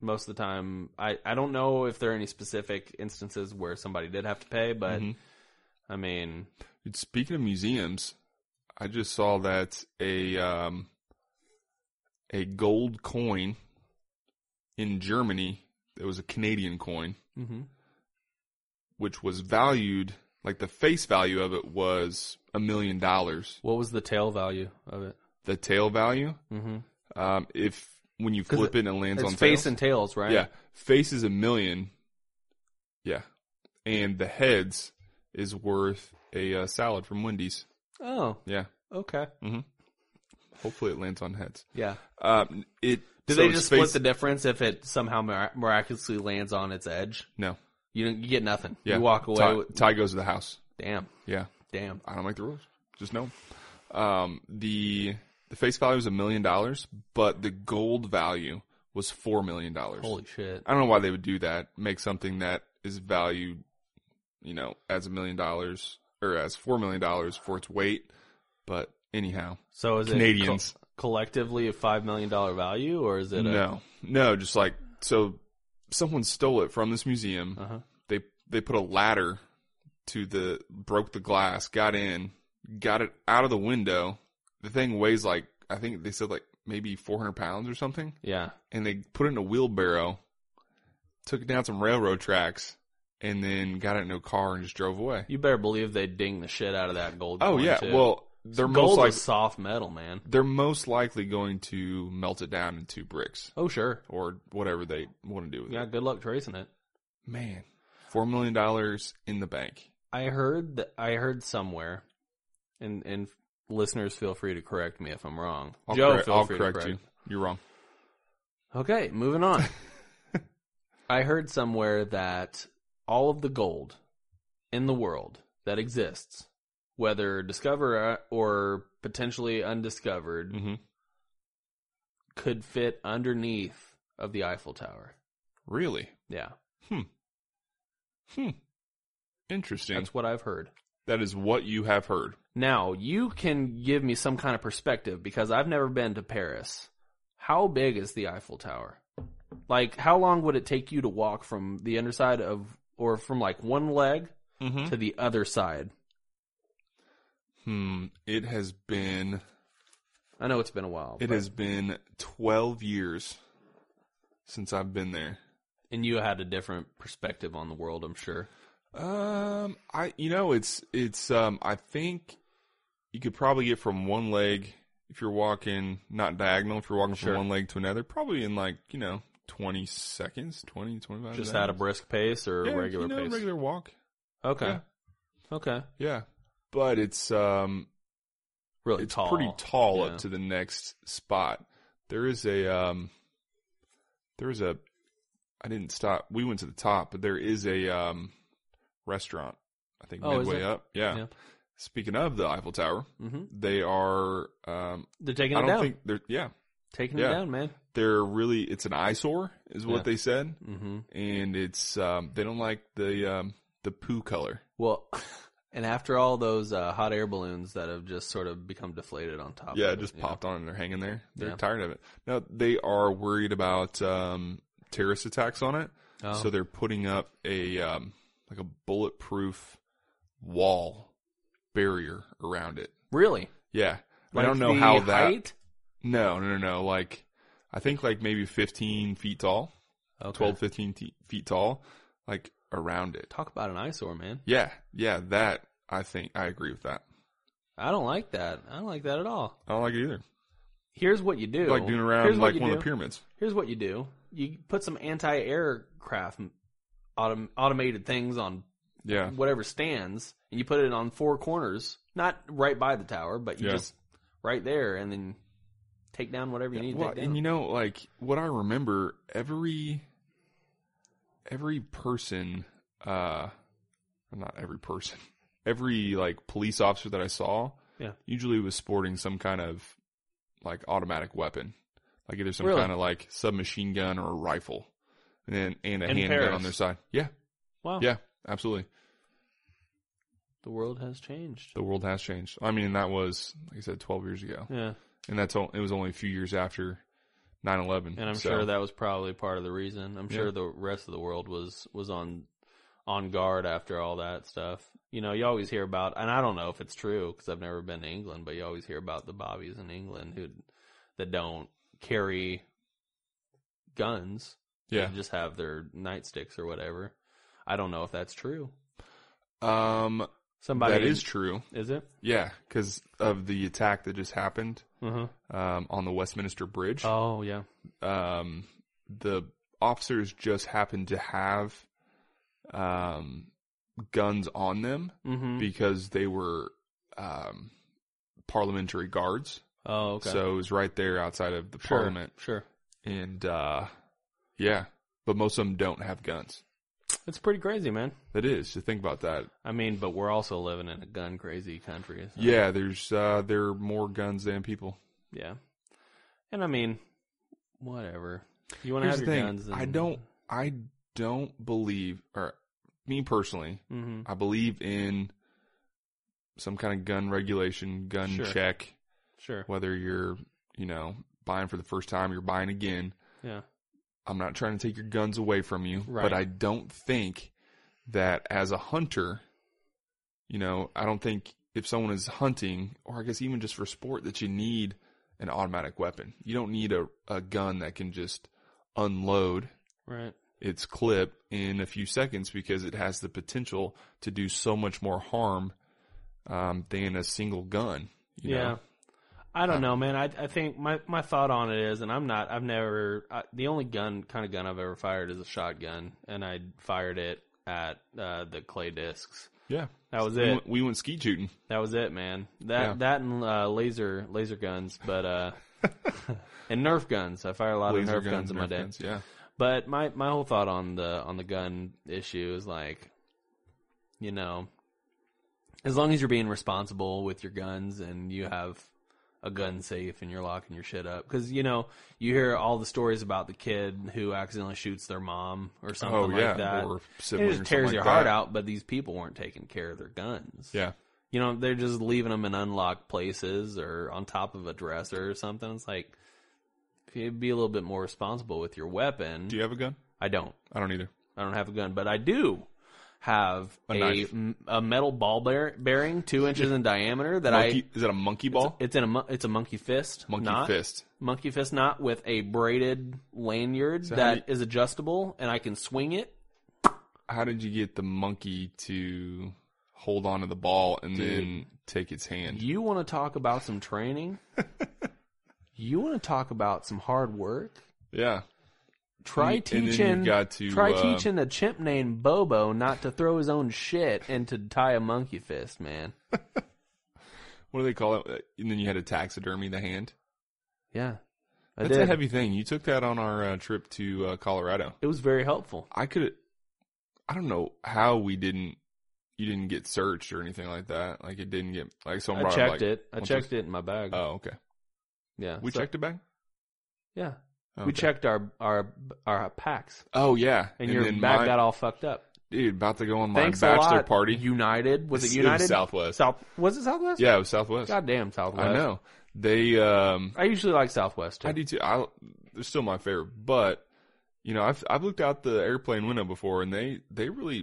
A: most of the time. I, I don't know if there are any specific instances where somebody did have to pay, but
B: Mhm.
A: I mean,
B: Dude, Speaking of museums, I just saw that a um, a gold coin in Germany. It was a Canadian coin,
A: mhm.
B: which was valued like the face value of it was a million dollars.
A: what was the tail value of it?
B: The tail value,
A: Mm-hmm.
B: um, if when you
A: 'Cause
B: flip it, and it lands
A: It's
B: on
A: face
B: tails.
A: and tails, right?
B: yeah, face is a million. Yeah, and the heads is worth a uh, salad from Wendy's.
A: Oh,
B: Yeah.
A: okay.
B: Hopefully it lands on heads.
A: Yeah.
B: Um, it.
A: Do
B: so
A: they just
B: space-
A: split the difference if it somehow mir- miraculously lands on its edge?
B: No.
A: You don't, you get nothing.
B: Yeah.
A: You walk away.
B: Ty,
A: with,
B: Ty goes to the house.
A: damn.
B: Yeah.
A: Damn.
B: I don't make the rules. Just know. 'em. Um, the the face value was a million dollars, but the gold value was four million dollars.
A: Holy shit.
B: I don't know why they would do that. Make something that is valued, you know, as a million dollars or as four million dollars for its weight. But anyhow,
A: So is
B: Canadians.
A: it co- collectively a five million dollar value, or is it a,
B: no, no, just like so, someone stole it from this museum.
A: Uh-huh.
B: They they put a ladder to the broke the glass, got in, got it out of the window. The thing weighs like I think they said like maybe 400 pounds or something.
A: Yeah.
B: and they put it in a wheelbarrow, took it down some railroad tracks, and then got it in a car and just drove away.
A: You better believe they ding the shit out of that gold.
B: Oh
A: coin,
B: yeah,
A: too.
B: well they're most
A: gold
B: like
A: is soft metal, man.
B: they're most likely going to melt it down into bricks
A: Oh sure.
B: or whatever they want to do with
A: Yeah.
B: it.
A: Good luck tracing it.
B: Man, four million dollars in the bank.
A: I heard that I heard somewhere, and and listeners feel free to correct me if I'm wrong.
B: I'll
A: Joe,
B: correct,
A: feel
B: I'll
A: free
B: correct
A: to correct
B: you. You're wrong.
A: Okay, moving on. I heard somewhere that all of the gold in the world that exists, whether discovered or potentially undiscovered,
B: hmm
A: could fit underneath of the Eiffel Tower.
B: Really?
A: Yeah,
B: Hmm. Interesting.
A: that's what I've heard.
B: that is what you have heard.
A: Now, you can give me some kind of perspective because I've never been to Paris. How big is the Eiffel Tower? Like, how long would it take you to walk from the underside of, or from like one leg
B: Mm-hmm.
A: to the other side?
B: Hmm. It has been
A: I know it's been a while.
B: It
A: but-
B: has been 12 years since I've been there.
A: And you had a different perspective on the world, I'm sure.
B: Um, I you know it's it's um I think you could probably get from one leg if you're walking not diagonal if you're walking
A: Sure.
B: from one leg to another probably in like you know 20 seconds 20 25
A: Just at a
B: seconds.
A: brisk pace or
B: Oh, yeah,
A: a regular
B: you know,
A: pace?
B: regular walk
A: Okay.
B: yeah.
A: Okay.
B: yeah but it's um
A: Really
B: it's
A: tall.
B: pretty tall
A: Yeah.
B: up to the next spot. There is a um there is a I didn't stop. We went to the top, but there is a um restaurant I think
A: Oh, is
B: midway
A: it?
B: up. Yeah.
A: Yeah.
B: Speaking of the Eiffel Tower,
A: hmm
B: they are um
A: They're taking
B: I
A: it
B: don't
A: down.
B: think they're yeah,
A: taking it
B: yeah.
A: down, man.
B: they're really it's an eyesore is what
A: Yeah.
B: they said
A: hmm
B: and it's um they don't like the um the poo color.
A: Well, and after all those uh, hot air balloons that have just sort of become deflated on top.
B: Yeah,
A: of
B: it just
A: you know.
B: popped on and they're hanging there. They're
A: Yeah.
B: tired of it. Now they are worried about um terrorist attacks on it.
A: Oh.
B: So they're putting up a um, like a bulletproof wall barrier around it.
A: really,
B: Yeah,
A: Like
B: I don't know
A: the
B: how that.
A: height?
B: No, no, no, no. Like I think like maybe 15 feet tall,
A: Okay.
B: 12, 15 t- feet tall, like around it.
A: Talk about an eyesore, man.
B: Yeah, yeah. That I think I agree with that.
A: I don't like that. I don't like that at all.
B: I don't like it either.
A: Here's what you do.
B: Like doing around
A: Here's what
B: like
A: you
B: one of
A: do.
B: the pyramids.
A: Here's what you do. You put some anti-aircraft autom- automated things on
B: Yeah,
A: whatever stands, and you put it on four corners, not right by the tower, but you
B: Yeah.
A: just right there, and then take down whatever you need
B: Well,
A: to take down.
B: and you know, like what I remember, every every person, uh, not every person, every like police officer that I saw,
A: Yeah.
B: usually was sporting some kind of like automatic weapon, like either some
A: Really?
B: kind of like submachine gun or a rifle, and then and a
A: In
B: handgun
A: Paris.
B: on their side. Yeah,
A: wow,
B: yeah, absolutely.
A: the world has changed.
B: The world has changed. I mean, that was like I said, twelve years ago,
A: Yeah.
B: and that's all, it was only a few years after. 9-11.
A: And I'm
B: So,
A: sure that was probably part of the reason. I'm sure
B: Yeah.
A: the rest of the world was was on on guard after all that stuff. You know, you always hear about, and I don't know if it's true because I've never been to England, but you always hear about the bobbies in England who that don't carry guns.
B: yeah.
A: They just have their nightsticks or whatever. I don't know if that's true.
B: Um,
A: Somebody
B: that is true.
A: is it?
B: Yeah, because of the attack that just happened
A: Uh-huh.
B: um, on the Westminster Bridge.
A: Oh yeah,
B: Um, the officers just happened to have um, guns on them
A: mm-hmm.
B: because they were um, parliamentary guards.
A: Oh, okay.
B: So it was right there outside of the
A: sure,
B: parliament.
A: Sure.
B: And uh yeah, but most of them don't have guns.
A: It's pretty crazy, man.
B: That is to think about that.
A: I mean, but we're also living in a gun crazy country. so-
B: Yeah, there's uh there are more guns than people.
A: Yeah. And I mean, whatever. You want to
B: Here's
A: have
B: the
A: your
B: thing.
A: guns. And,
B: I don't I don't believe or me personally,
A: hmm
B: I believe in some kind of gun regulation, gun
A: Sure.
B: check,
A: Sure.
B: whether you're, you know, buying for the first time, you're buying again.
A: Yeah.
B: I'm not trying to take your guns away from you,
A: Right.
B: but I don't think that as a hunter, you know, I don't think if someone is hunting, or I guess even just for sport, that you need an automatic weapon. You don't need a, a gun that can just unload
A: Right.
B: its clip in a few seconds because it has the potential to do so much more harm um, than a single gun. you
A: yeah.
B: know?
A: I don't know, man. I I think my my thought on it is, and I'm not. I've never. I, the only gun kind of gun I've ever fired is a shotgun, and I fired it at uh, the clay discs.
B: Yeah.
A: That was
B: We
A: it.
B: went, we went skeet shooting.
A: That was it, man. That
B: Yeah.
A: that and uh, laser laser guns, but uh, and Nerf guns. I fired a lot
B: Laser
A: of Nerf guns in my
B: Nerf
A: day.
B: guns, Yeah.
A: But my my whole thought on the on the gun issue is like, you know, as long as you're being responsible with your guns and you have a gun safe and you're locking your shit up, because you know you hear all the stories about the kid who accidentally shoots their mom or something
B: Oh, yeah.
A: like that.
B: Or
A: it
B: sibling
A: just
B: or
A: tears
B: something
A: your
B: like
A: heart
B: that.
A: out, but these people weren't taking care of their guns.
B: Yeah.
A: You know, they're just leaving them in unlocked places or on top of a dresser or something. It's like, if you'd be a little bit more responsible with your weapon.
B: Do you have a gun?
A: I don't.
B: I don't either.
A: I don't have a gun, but I do have
B: A
A: a
B: knife.
A: m- a metal ball bear- bearing two inches in diameter that
B: Monkey, is that a monkey
A: I.
B: ball?
A: It's in a mon- it's a monkey fist
B: monkey
A: knot,
B: fist.
A: monkey fist knot with a braided lanyard
B: how
A: that is adjustable and I can swing it.
B: How did you get the monkey to hold on to the ball and then take its hand?
A: You want to talk about some training? you want to talk about some hard work?
B: Yeah.
A: Try
B: And- and then you've
A: teaching
B: got to,
A: try
B: uh,
A: teaching a chimp named Bobo not to throw his own shit and to tie a monkey fist, man.
B: What do they call it? Uh, And then you had a taxidermy the hand.
A: Yeah. I
B: That's a
A: did.
B: heavy thing. You took that on our uh, trip to uh, Colorado.
A: It was very helpful.
B: I could. I don't know how we didn't. You didn't get searched or anything like that. Like it didn't get like
A: I
B: someone brought
A: checked
B: up, like,
A: it. I
B: once
A: checked it in my bag.
B: Oh, okay.
A: yeah,
B: We
A: so-
B: checked it back.
A: Yeah,
B: Oh,
A: we
B: okay.
A: checked our our our packs,
B: Oh yeah,
A: and, your
B: then
A: bag
B: my-
A: got all fucked up.
B: dude about to go on my
A: Thanks a
B: bachelor
A: lot.
B: party.
A: United was it
B: It was
A: United
B: Southwest.
A: South was it Southwest?
B: yeah, it was Southwest.
A: goddamn Southwest.
B: I know they. um
A: I usually like Southwest too.
B: I do too. I they're still my favorite, but you know I've I've looked out the airplane window before, and they they really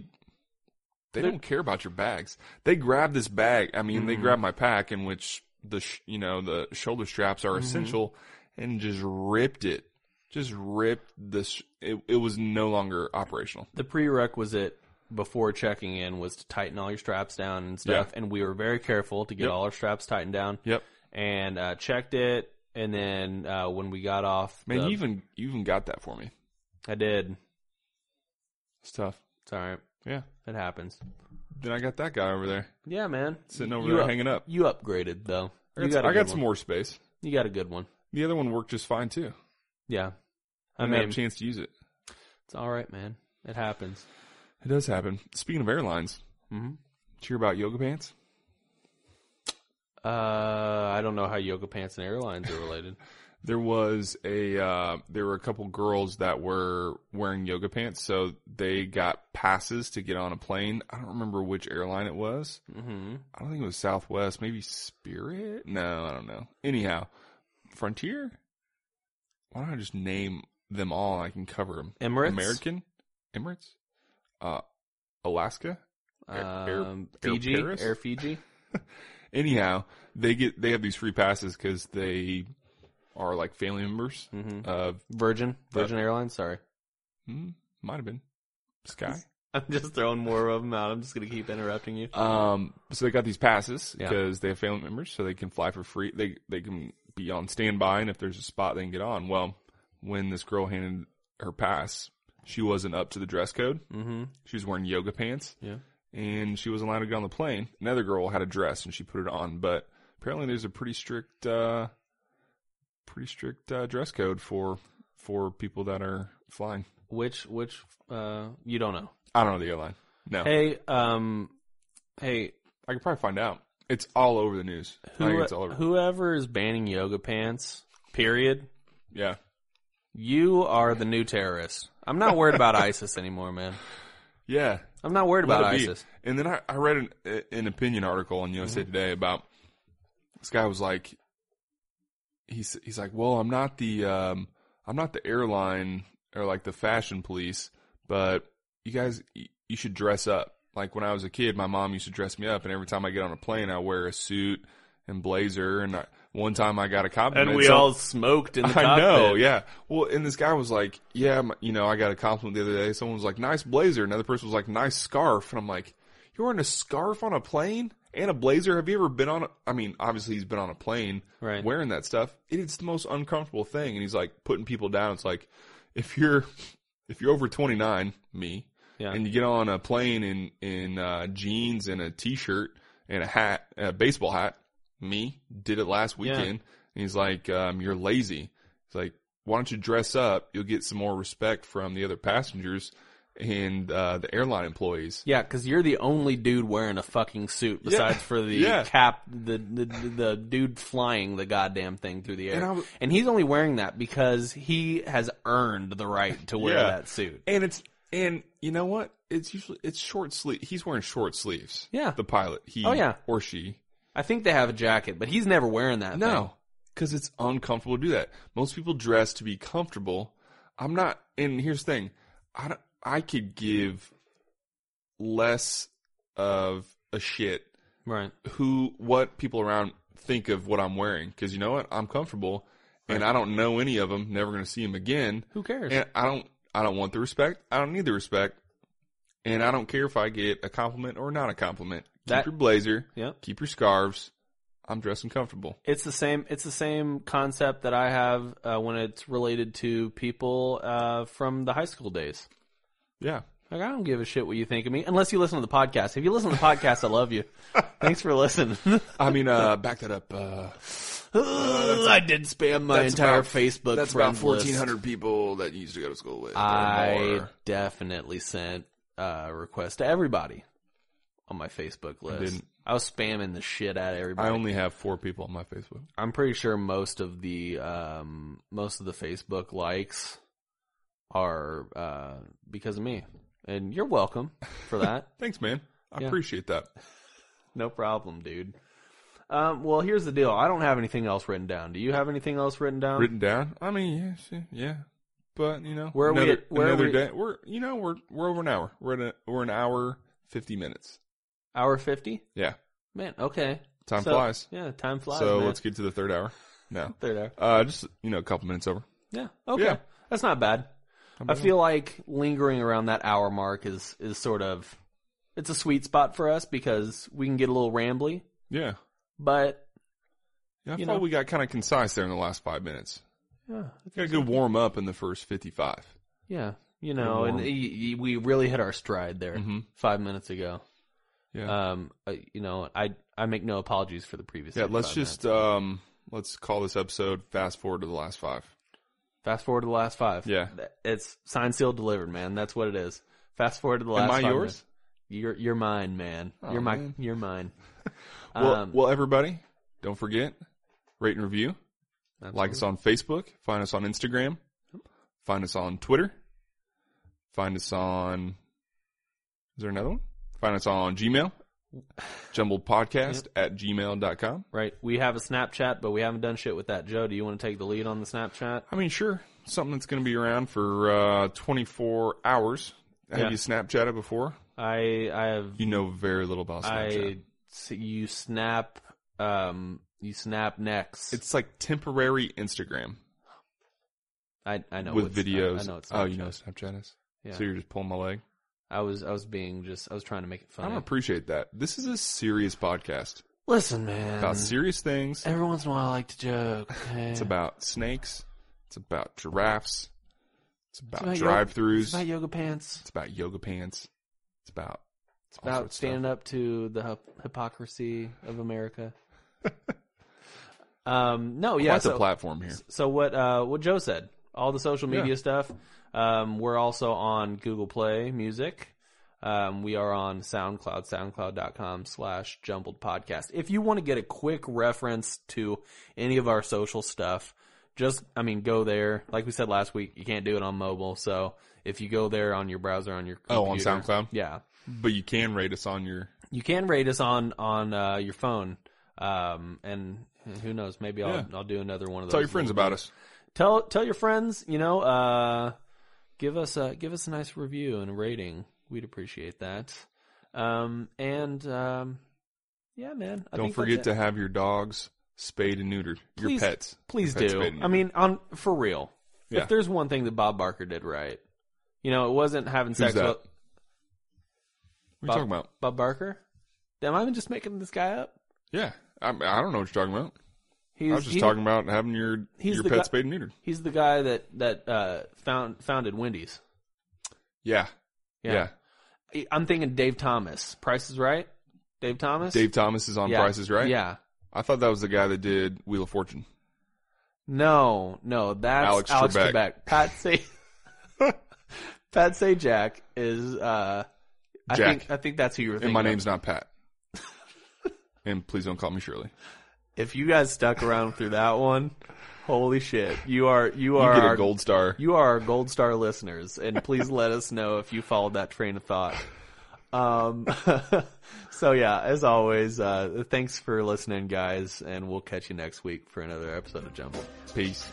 B: they Mm-hmm.
A: They're-
B: don't care about your bags. They grab this bag. I mean, they
A: Mhm.
B: grab my pack in which the sh- you know the shoulder straps are
A: Mhm.
B: essential, and just ripped it. Just ripped this. It, it was no longer operational.
A: The prerequisite before checking in was to tighten all your straps down and stuff, and we were very careful to get
B: Yep.
A: all our straps tightened down
B: Yep.
A: and uh, checked it. And then uh, when we got off,
B: Man,
A: the-
B: you even you even got that for me.
A: I did.
B: It's tough.
A: It's all right.
B: Yeah.
A: It happens.
B: Then I got that guy over there
A: Yeah, man.
B: sitting over
A: You
B: there
A: up-
B: hanging up.
A: You upgraded though.
B: I
A: You
B: got,
A: a
B: I
A: good
B: got some
A: one.
B: more space.
A: You got a good one.
B: The other one worked just fine too.
A: Yeah.
B: I
A: I
B: didn't have
A: mean,
B: a chance to use it.
A: it's all right, man. It happens.
B: It does happen. Speaking of airlines,
A: hmm
B: did you hear about yoga pants?
A: Uh, I don't know how yoga pants and airlines are related.
B: There was a uh, there were a couple girls that were wearing yoga pants, so they got passes to get on a plane. I don't remember which airline it was.
A: hmm
B: I don't think it was Southwest, maybe Spirit. No, I don't know. Anyhow, Frontier. Why don't I just name them all? I can cover them.
A: Emirates,
B: American, Emirates, uh, Alaska. Air- Air-
A: um,
B: Air
A: Fiji, Air,
B: Paris?
A: Fiji.
B: Anyhow, they get they have these free passes because they are like family members
A: hmm
B: of
A: Virgin, Virgin Airlines. Sorry,
B: hmm, might have been Sky.
A: I'm just throwing more of them out. I'm just gonna keep interrupting you.
B: Um, so they got these passes
A: Yeah.
B: because they have family members, so they can fly for free. They they can be on standby, and if there's a spot, they can get on. Well, when this girl handed her pass, she wasn't up to the dress code.
A: hmm
B: She was wearing yoga pants,
A: Yeah.
B: and she wasn't allowed to get on the plane. Another girl had a dress, and she put it on, but apparently there's a pretty strict, uh, pretty strict uh, dress code for for people that are flying.
A: Which which uh you don't know.
B: I don't know the airline. No,
A: Hey, um hey,
B: I could probably find out. It's all over the news. I think
A: who,
B: it's all over.
A: whoever is banning yoga pants, period,
B: yeah,
A: you are the new terrorist. I'm not worried about ISIS anymore, man.
B: yeah.
A: I'm not worried about
B: Let it be.
A: ISIS.
B: And then I, I read an, an opinion article on USA Today about this guy was like, he's he's like, well, I'm not the um, I'm not the airline or like the fashion police, but you guys, y- you should dress up. Like when I was a kid, my mom used to dress me up, and every time I get on a plane, I wear a suit and blazer. And I, one time, I got a compliment. So-
A: smoked in
B: I know, yeah. Well, and this guy was like, "Yeah, m you know, I got a compliment the other day. Someone was like, "Nice blazer." Another person was like, "Nice scarf." And I'm like, "You're wearing a scarf on a plane and a blazer? Have you ever been on? A, I mean, obviously he's been on a plane
A: Right.
B: wearing that stuff. It's the most uncomfortable thing." And he's like putting people down. It's like if you're if you're over 29, me,
A: Yeah.
B: and you get on a plane in in uh, jeans and a t-shirt and a hat, a baseball hat. Me did it last weekend. And he's like, um, "You're lazy." He's like, "Why don't you dress up? You'll get some more respect from the other passengers and uh, the airline employees."
A: Yeah, because you're the only dude wearing a fucking suit besides for the
B: yeah.
A: cap, the, the the dude flying the goddamn thing through the air,
B: And I
A: and,
B: w-
A: he's only wearing that because he has earned the right to wear
B: Yeah.
A: that suit.
B: And it's and you know what? It's usually it's short sleeve. He's wearing short sleeves.
A: Yeah.
B: the pilot. He
A: Oh, yeah.
B: or she.
A: I think they have a jacket, but he's never wearing that. thing.
B: No, because it's uncomfortable to do that. Most people dress to be comfortable. I'm not. And here's the thing: I don't- I could give less of a shit
A: right?
B: who what people around think of what I'm wearing because you know what I'm comfortable and I don't know any of them. Never going to see them again.
A: Who cares?
B: And I don't. I don't want the respect. I don't need the respect. And I don't care if I get a compliment or not a compliment. Keep
A: That-
B: your blazer.
A: Yep.
B: Keep your scarves. I'm dressing comfortable.
A: It's the same. It's the same concept that I have uh, when it's related to people uh, from the high school days.
B: Yeah.
A: Like I don't give a shit what you think of me, unless you listen to the podcast. If you listen to the podcast, I love you. Thanks for listening.
B: I mean, uh, back that up. Uh,
A: I did spam my
B: that's
A: entire
B: about-
A: Facebook.
B: that's about
A: friend list.
B: fourteen hundred people that you used to go to school with. or
A: I
B: more.
A: definitely sent a request to everybody on my Facebook list. I,
B: didn't.
A: was spamming the shit out of
B: I
A: everybody.
B: only have four people on my Facebook.
A: I'm pretty sure most of the um, most of the Facebook likes are uh, because of me, and you're welcome for that.
B: Thanks, man. I
A: Yeah.
B: appreciate that.
A: no problem, dude. Um, well, here's the deal. I don't have anything else written down. Do you have anything else written down?
B: Written down. I mean, yeah, shit, yeah. But you know,
A: Where are we
B: another,
A: at- where are
B: another
A: we-
B: day. We're you know we're we're over an hour. We're at a, we're an hour fifty minutes.
A: Hour fifty.
B: Yeah,
A: Man, okay.
B: time
A: So-
B: flies.
A: Yeah, time flies.
B: so
A: man.
B: let's get to the third hour. No,
A: Third hour.
B: uh, just you know, a couple minutes over.
A: Yeah. Okay.
B: Yeah.
A: That's not bad. I feel like lingering around that hour mark is is sort of it's a sweet spot for us because we can get a little rambly,
B: Yeah,
A: but
B: yeah. I
A: You
B: thought
A: know.
B: we got kind of concise there in the last five minutes.
A: yeah,
B: Got a good warm up in the first fifty-five.
A: yeah, you know, and y- y- we really hit our stride there
B: Mhm.
A: 5 minutes ago.
B: Yeah.
A: Um I- you know, I I make no apologies for the previous
B: Yeah, let's
A: 35 minutes.
B: just um let's call this episode fast forward to the last five.
A: fast forward to the last 5.
B: Yeah.
A: It's signed sealed delivered, man. That's what it is. Fast forward to the last
B: Am I
A: 5
B: yours?
A: minutes. You're you're mine, man. you're my
B: man.
A: you're mine.
B: Well,
A: Um,
B: well everybody, don't forget, rate and review. Like us on Facebook, find us on Instagram, find us on Twitter, find us on Is there another one? Find us on Gmail. Jumbledpodcast at gmail.com.
A: Right. We have a Snapchat, but we haven't done shit with that. Joe, do you want to take the lead on the Snapchat?
B: I mean, sure. Something that's going to be around for uh, 24 hours. Have
A: Yeah.
B: you Snapchatted before?
A: I I have
B: You know very little about
A: I
B: Snapchat.
A: s- you snap um you snap next.
B: It's like temporary Instagram
A: I I know
B: with
A: it's not-
B: videos.
A: I know it's
B: oh, you
A: Snapchat.
B: know what Snapchat is.
A: Yeah.
B: So you're just pulling my leg.
A: I was I was being just I was trying to make it
B: I don't
A: funny.
B: appreciate that. This is a serious podcast
A: Listen, man.
B: about serious things.
A: Every once in a while, I like to joke. okay?
B: It's about snakes. It's about giraffes. It's
A: Mm-hmm. It's
B: about,
A: about yoga-
B: drive-throughs.
A: It's about yoga pants.
B: It's about yoga pants. It's about
A: It's
B: all
A: about
B: sorts of stuff.
A: standing up to the hyp- hypocrisy of America. Um, no, yeah.
B: Quite the
A: so-
B: platform here.
A: so what uh what Joe said, all the social media
B: Yeah.
A: stuff. Um we're also on Google Play Music. Um we are on SoundCloud, soundcloud.com slash jumbled podcast. If you want to get a quick reference to any of our social stuff, just I mean go there. Like we said last week, you can't do it on mobile, so if you go there on your browser on your
B: Oh, on
A: computer-
B: SoundCloud?
A: Yeah
B: But you can rate us on your.
A: you can rate us on on uh, your phone, um, and who knows? Maybe I'll
B: Yeah.
A: I'll do another one of those.
B: Tell your friends
A: little
B: about
A: things.
B: us.
A: Tell tell your friends. You know, uh, give us a give us a nice review and a rating. We'd appreciate that. Um, and um, yeah, man. I
B: Don't
A: think that's
B: forget
A: it.
B: to have your dogs spayed and neutered. your
A: Please-
B: pets.
A: Please
B: Your pets
A: do.
B: spayed and
A: I
B: neutered.
A: mean, on for real.
B: Yeah.
A: If there's one thing that Bob Barker did right, you know, it wasn't having sex
B: that?
A: with
B: what are you talking about?
A: Bob Barker. Am I just making this guy up?
B: Yeah, I, I don't know what you're talking about.
A: He's,
B: I was just
A: he-
B: talking about having your
A: he's
B: your
A: the
B: pets
A: guy-
B: spayed and neutered.
A: He's the guy that that uh, found founded Wendy's.
B: Yeah. yeah,
A: I'm thinking Dave Thomas. Price is Right. Dave Thomas.
B: Dave Thomas is on
A: Yeah.
B: Prices Right.
A: Yeah.
B: I thought that was the guy that did Wheel of Fortune.
A: No, no, that's Alex,
B: Alex
A: Trebek.
B: Trebek.
A: Pat Say. Pat Say Jack is. Uh, I
B: Jack.
A: think I think that's who you were thinking.
B: And my
A: of.
B: name's not Pat. and please don't call me Shirley.
A: If you guys stuck around through that one, holy shit! You are you
B: You
A: are
B: get
A: our-
B: a gold star.
A: You are our gold star listeners, and please let us know if you followed that train of thought. Um, so yeah, as always, uh, thanks for listening, guys, and we'll catch you next week for another episode of Jumble.
B: Peace.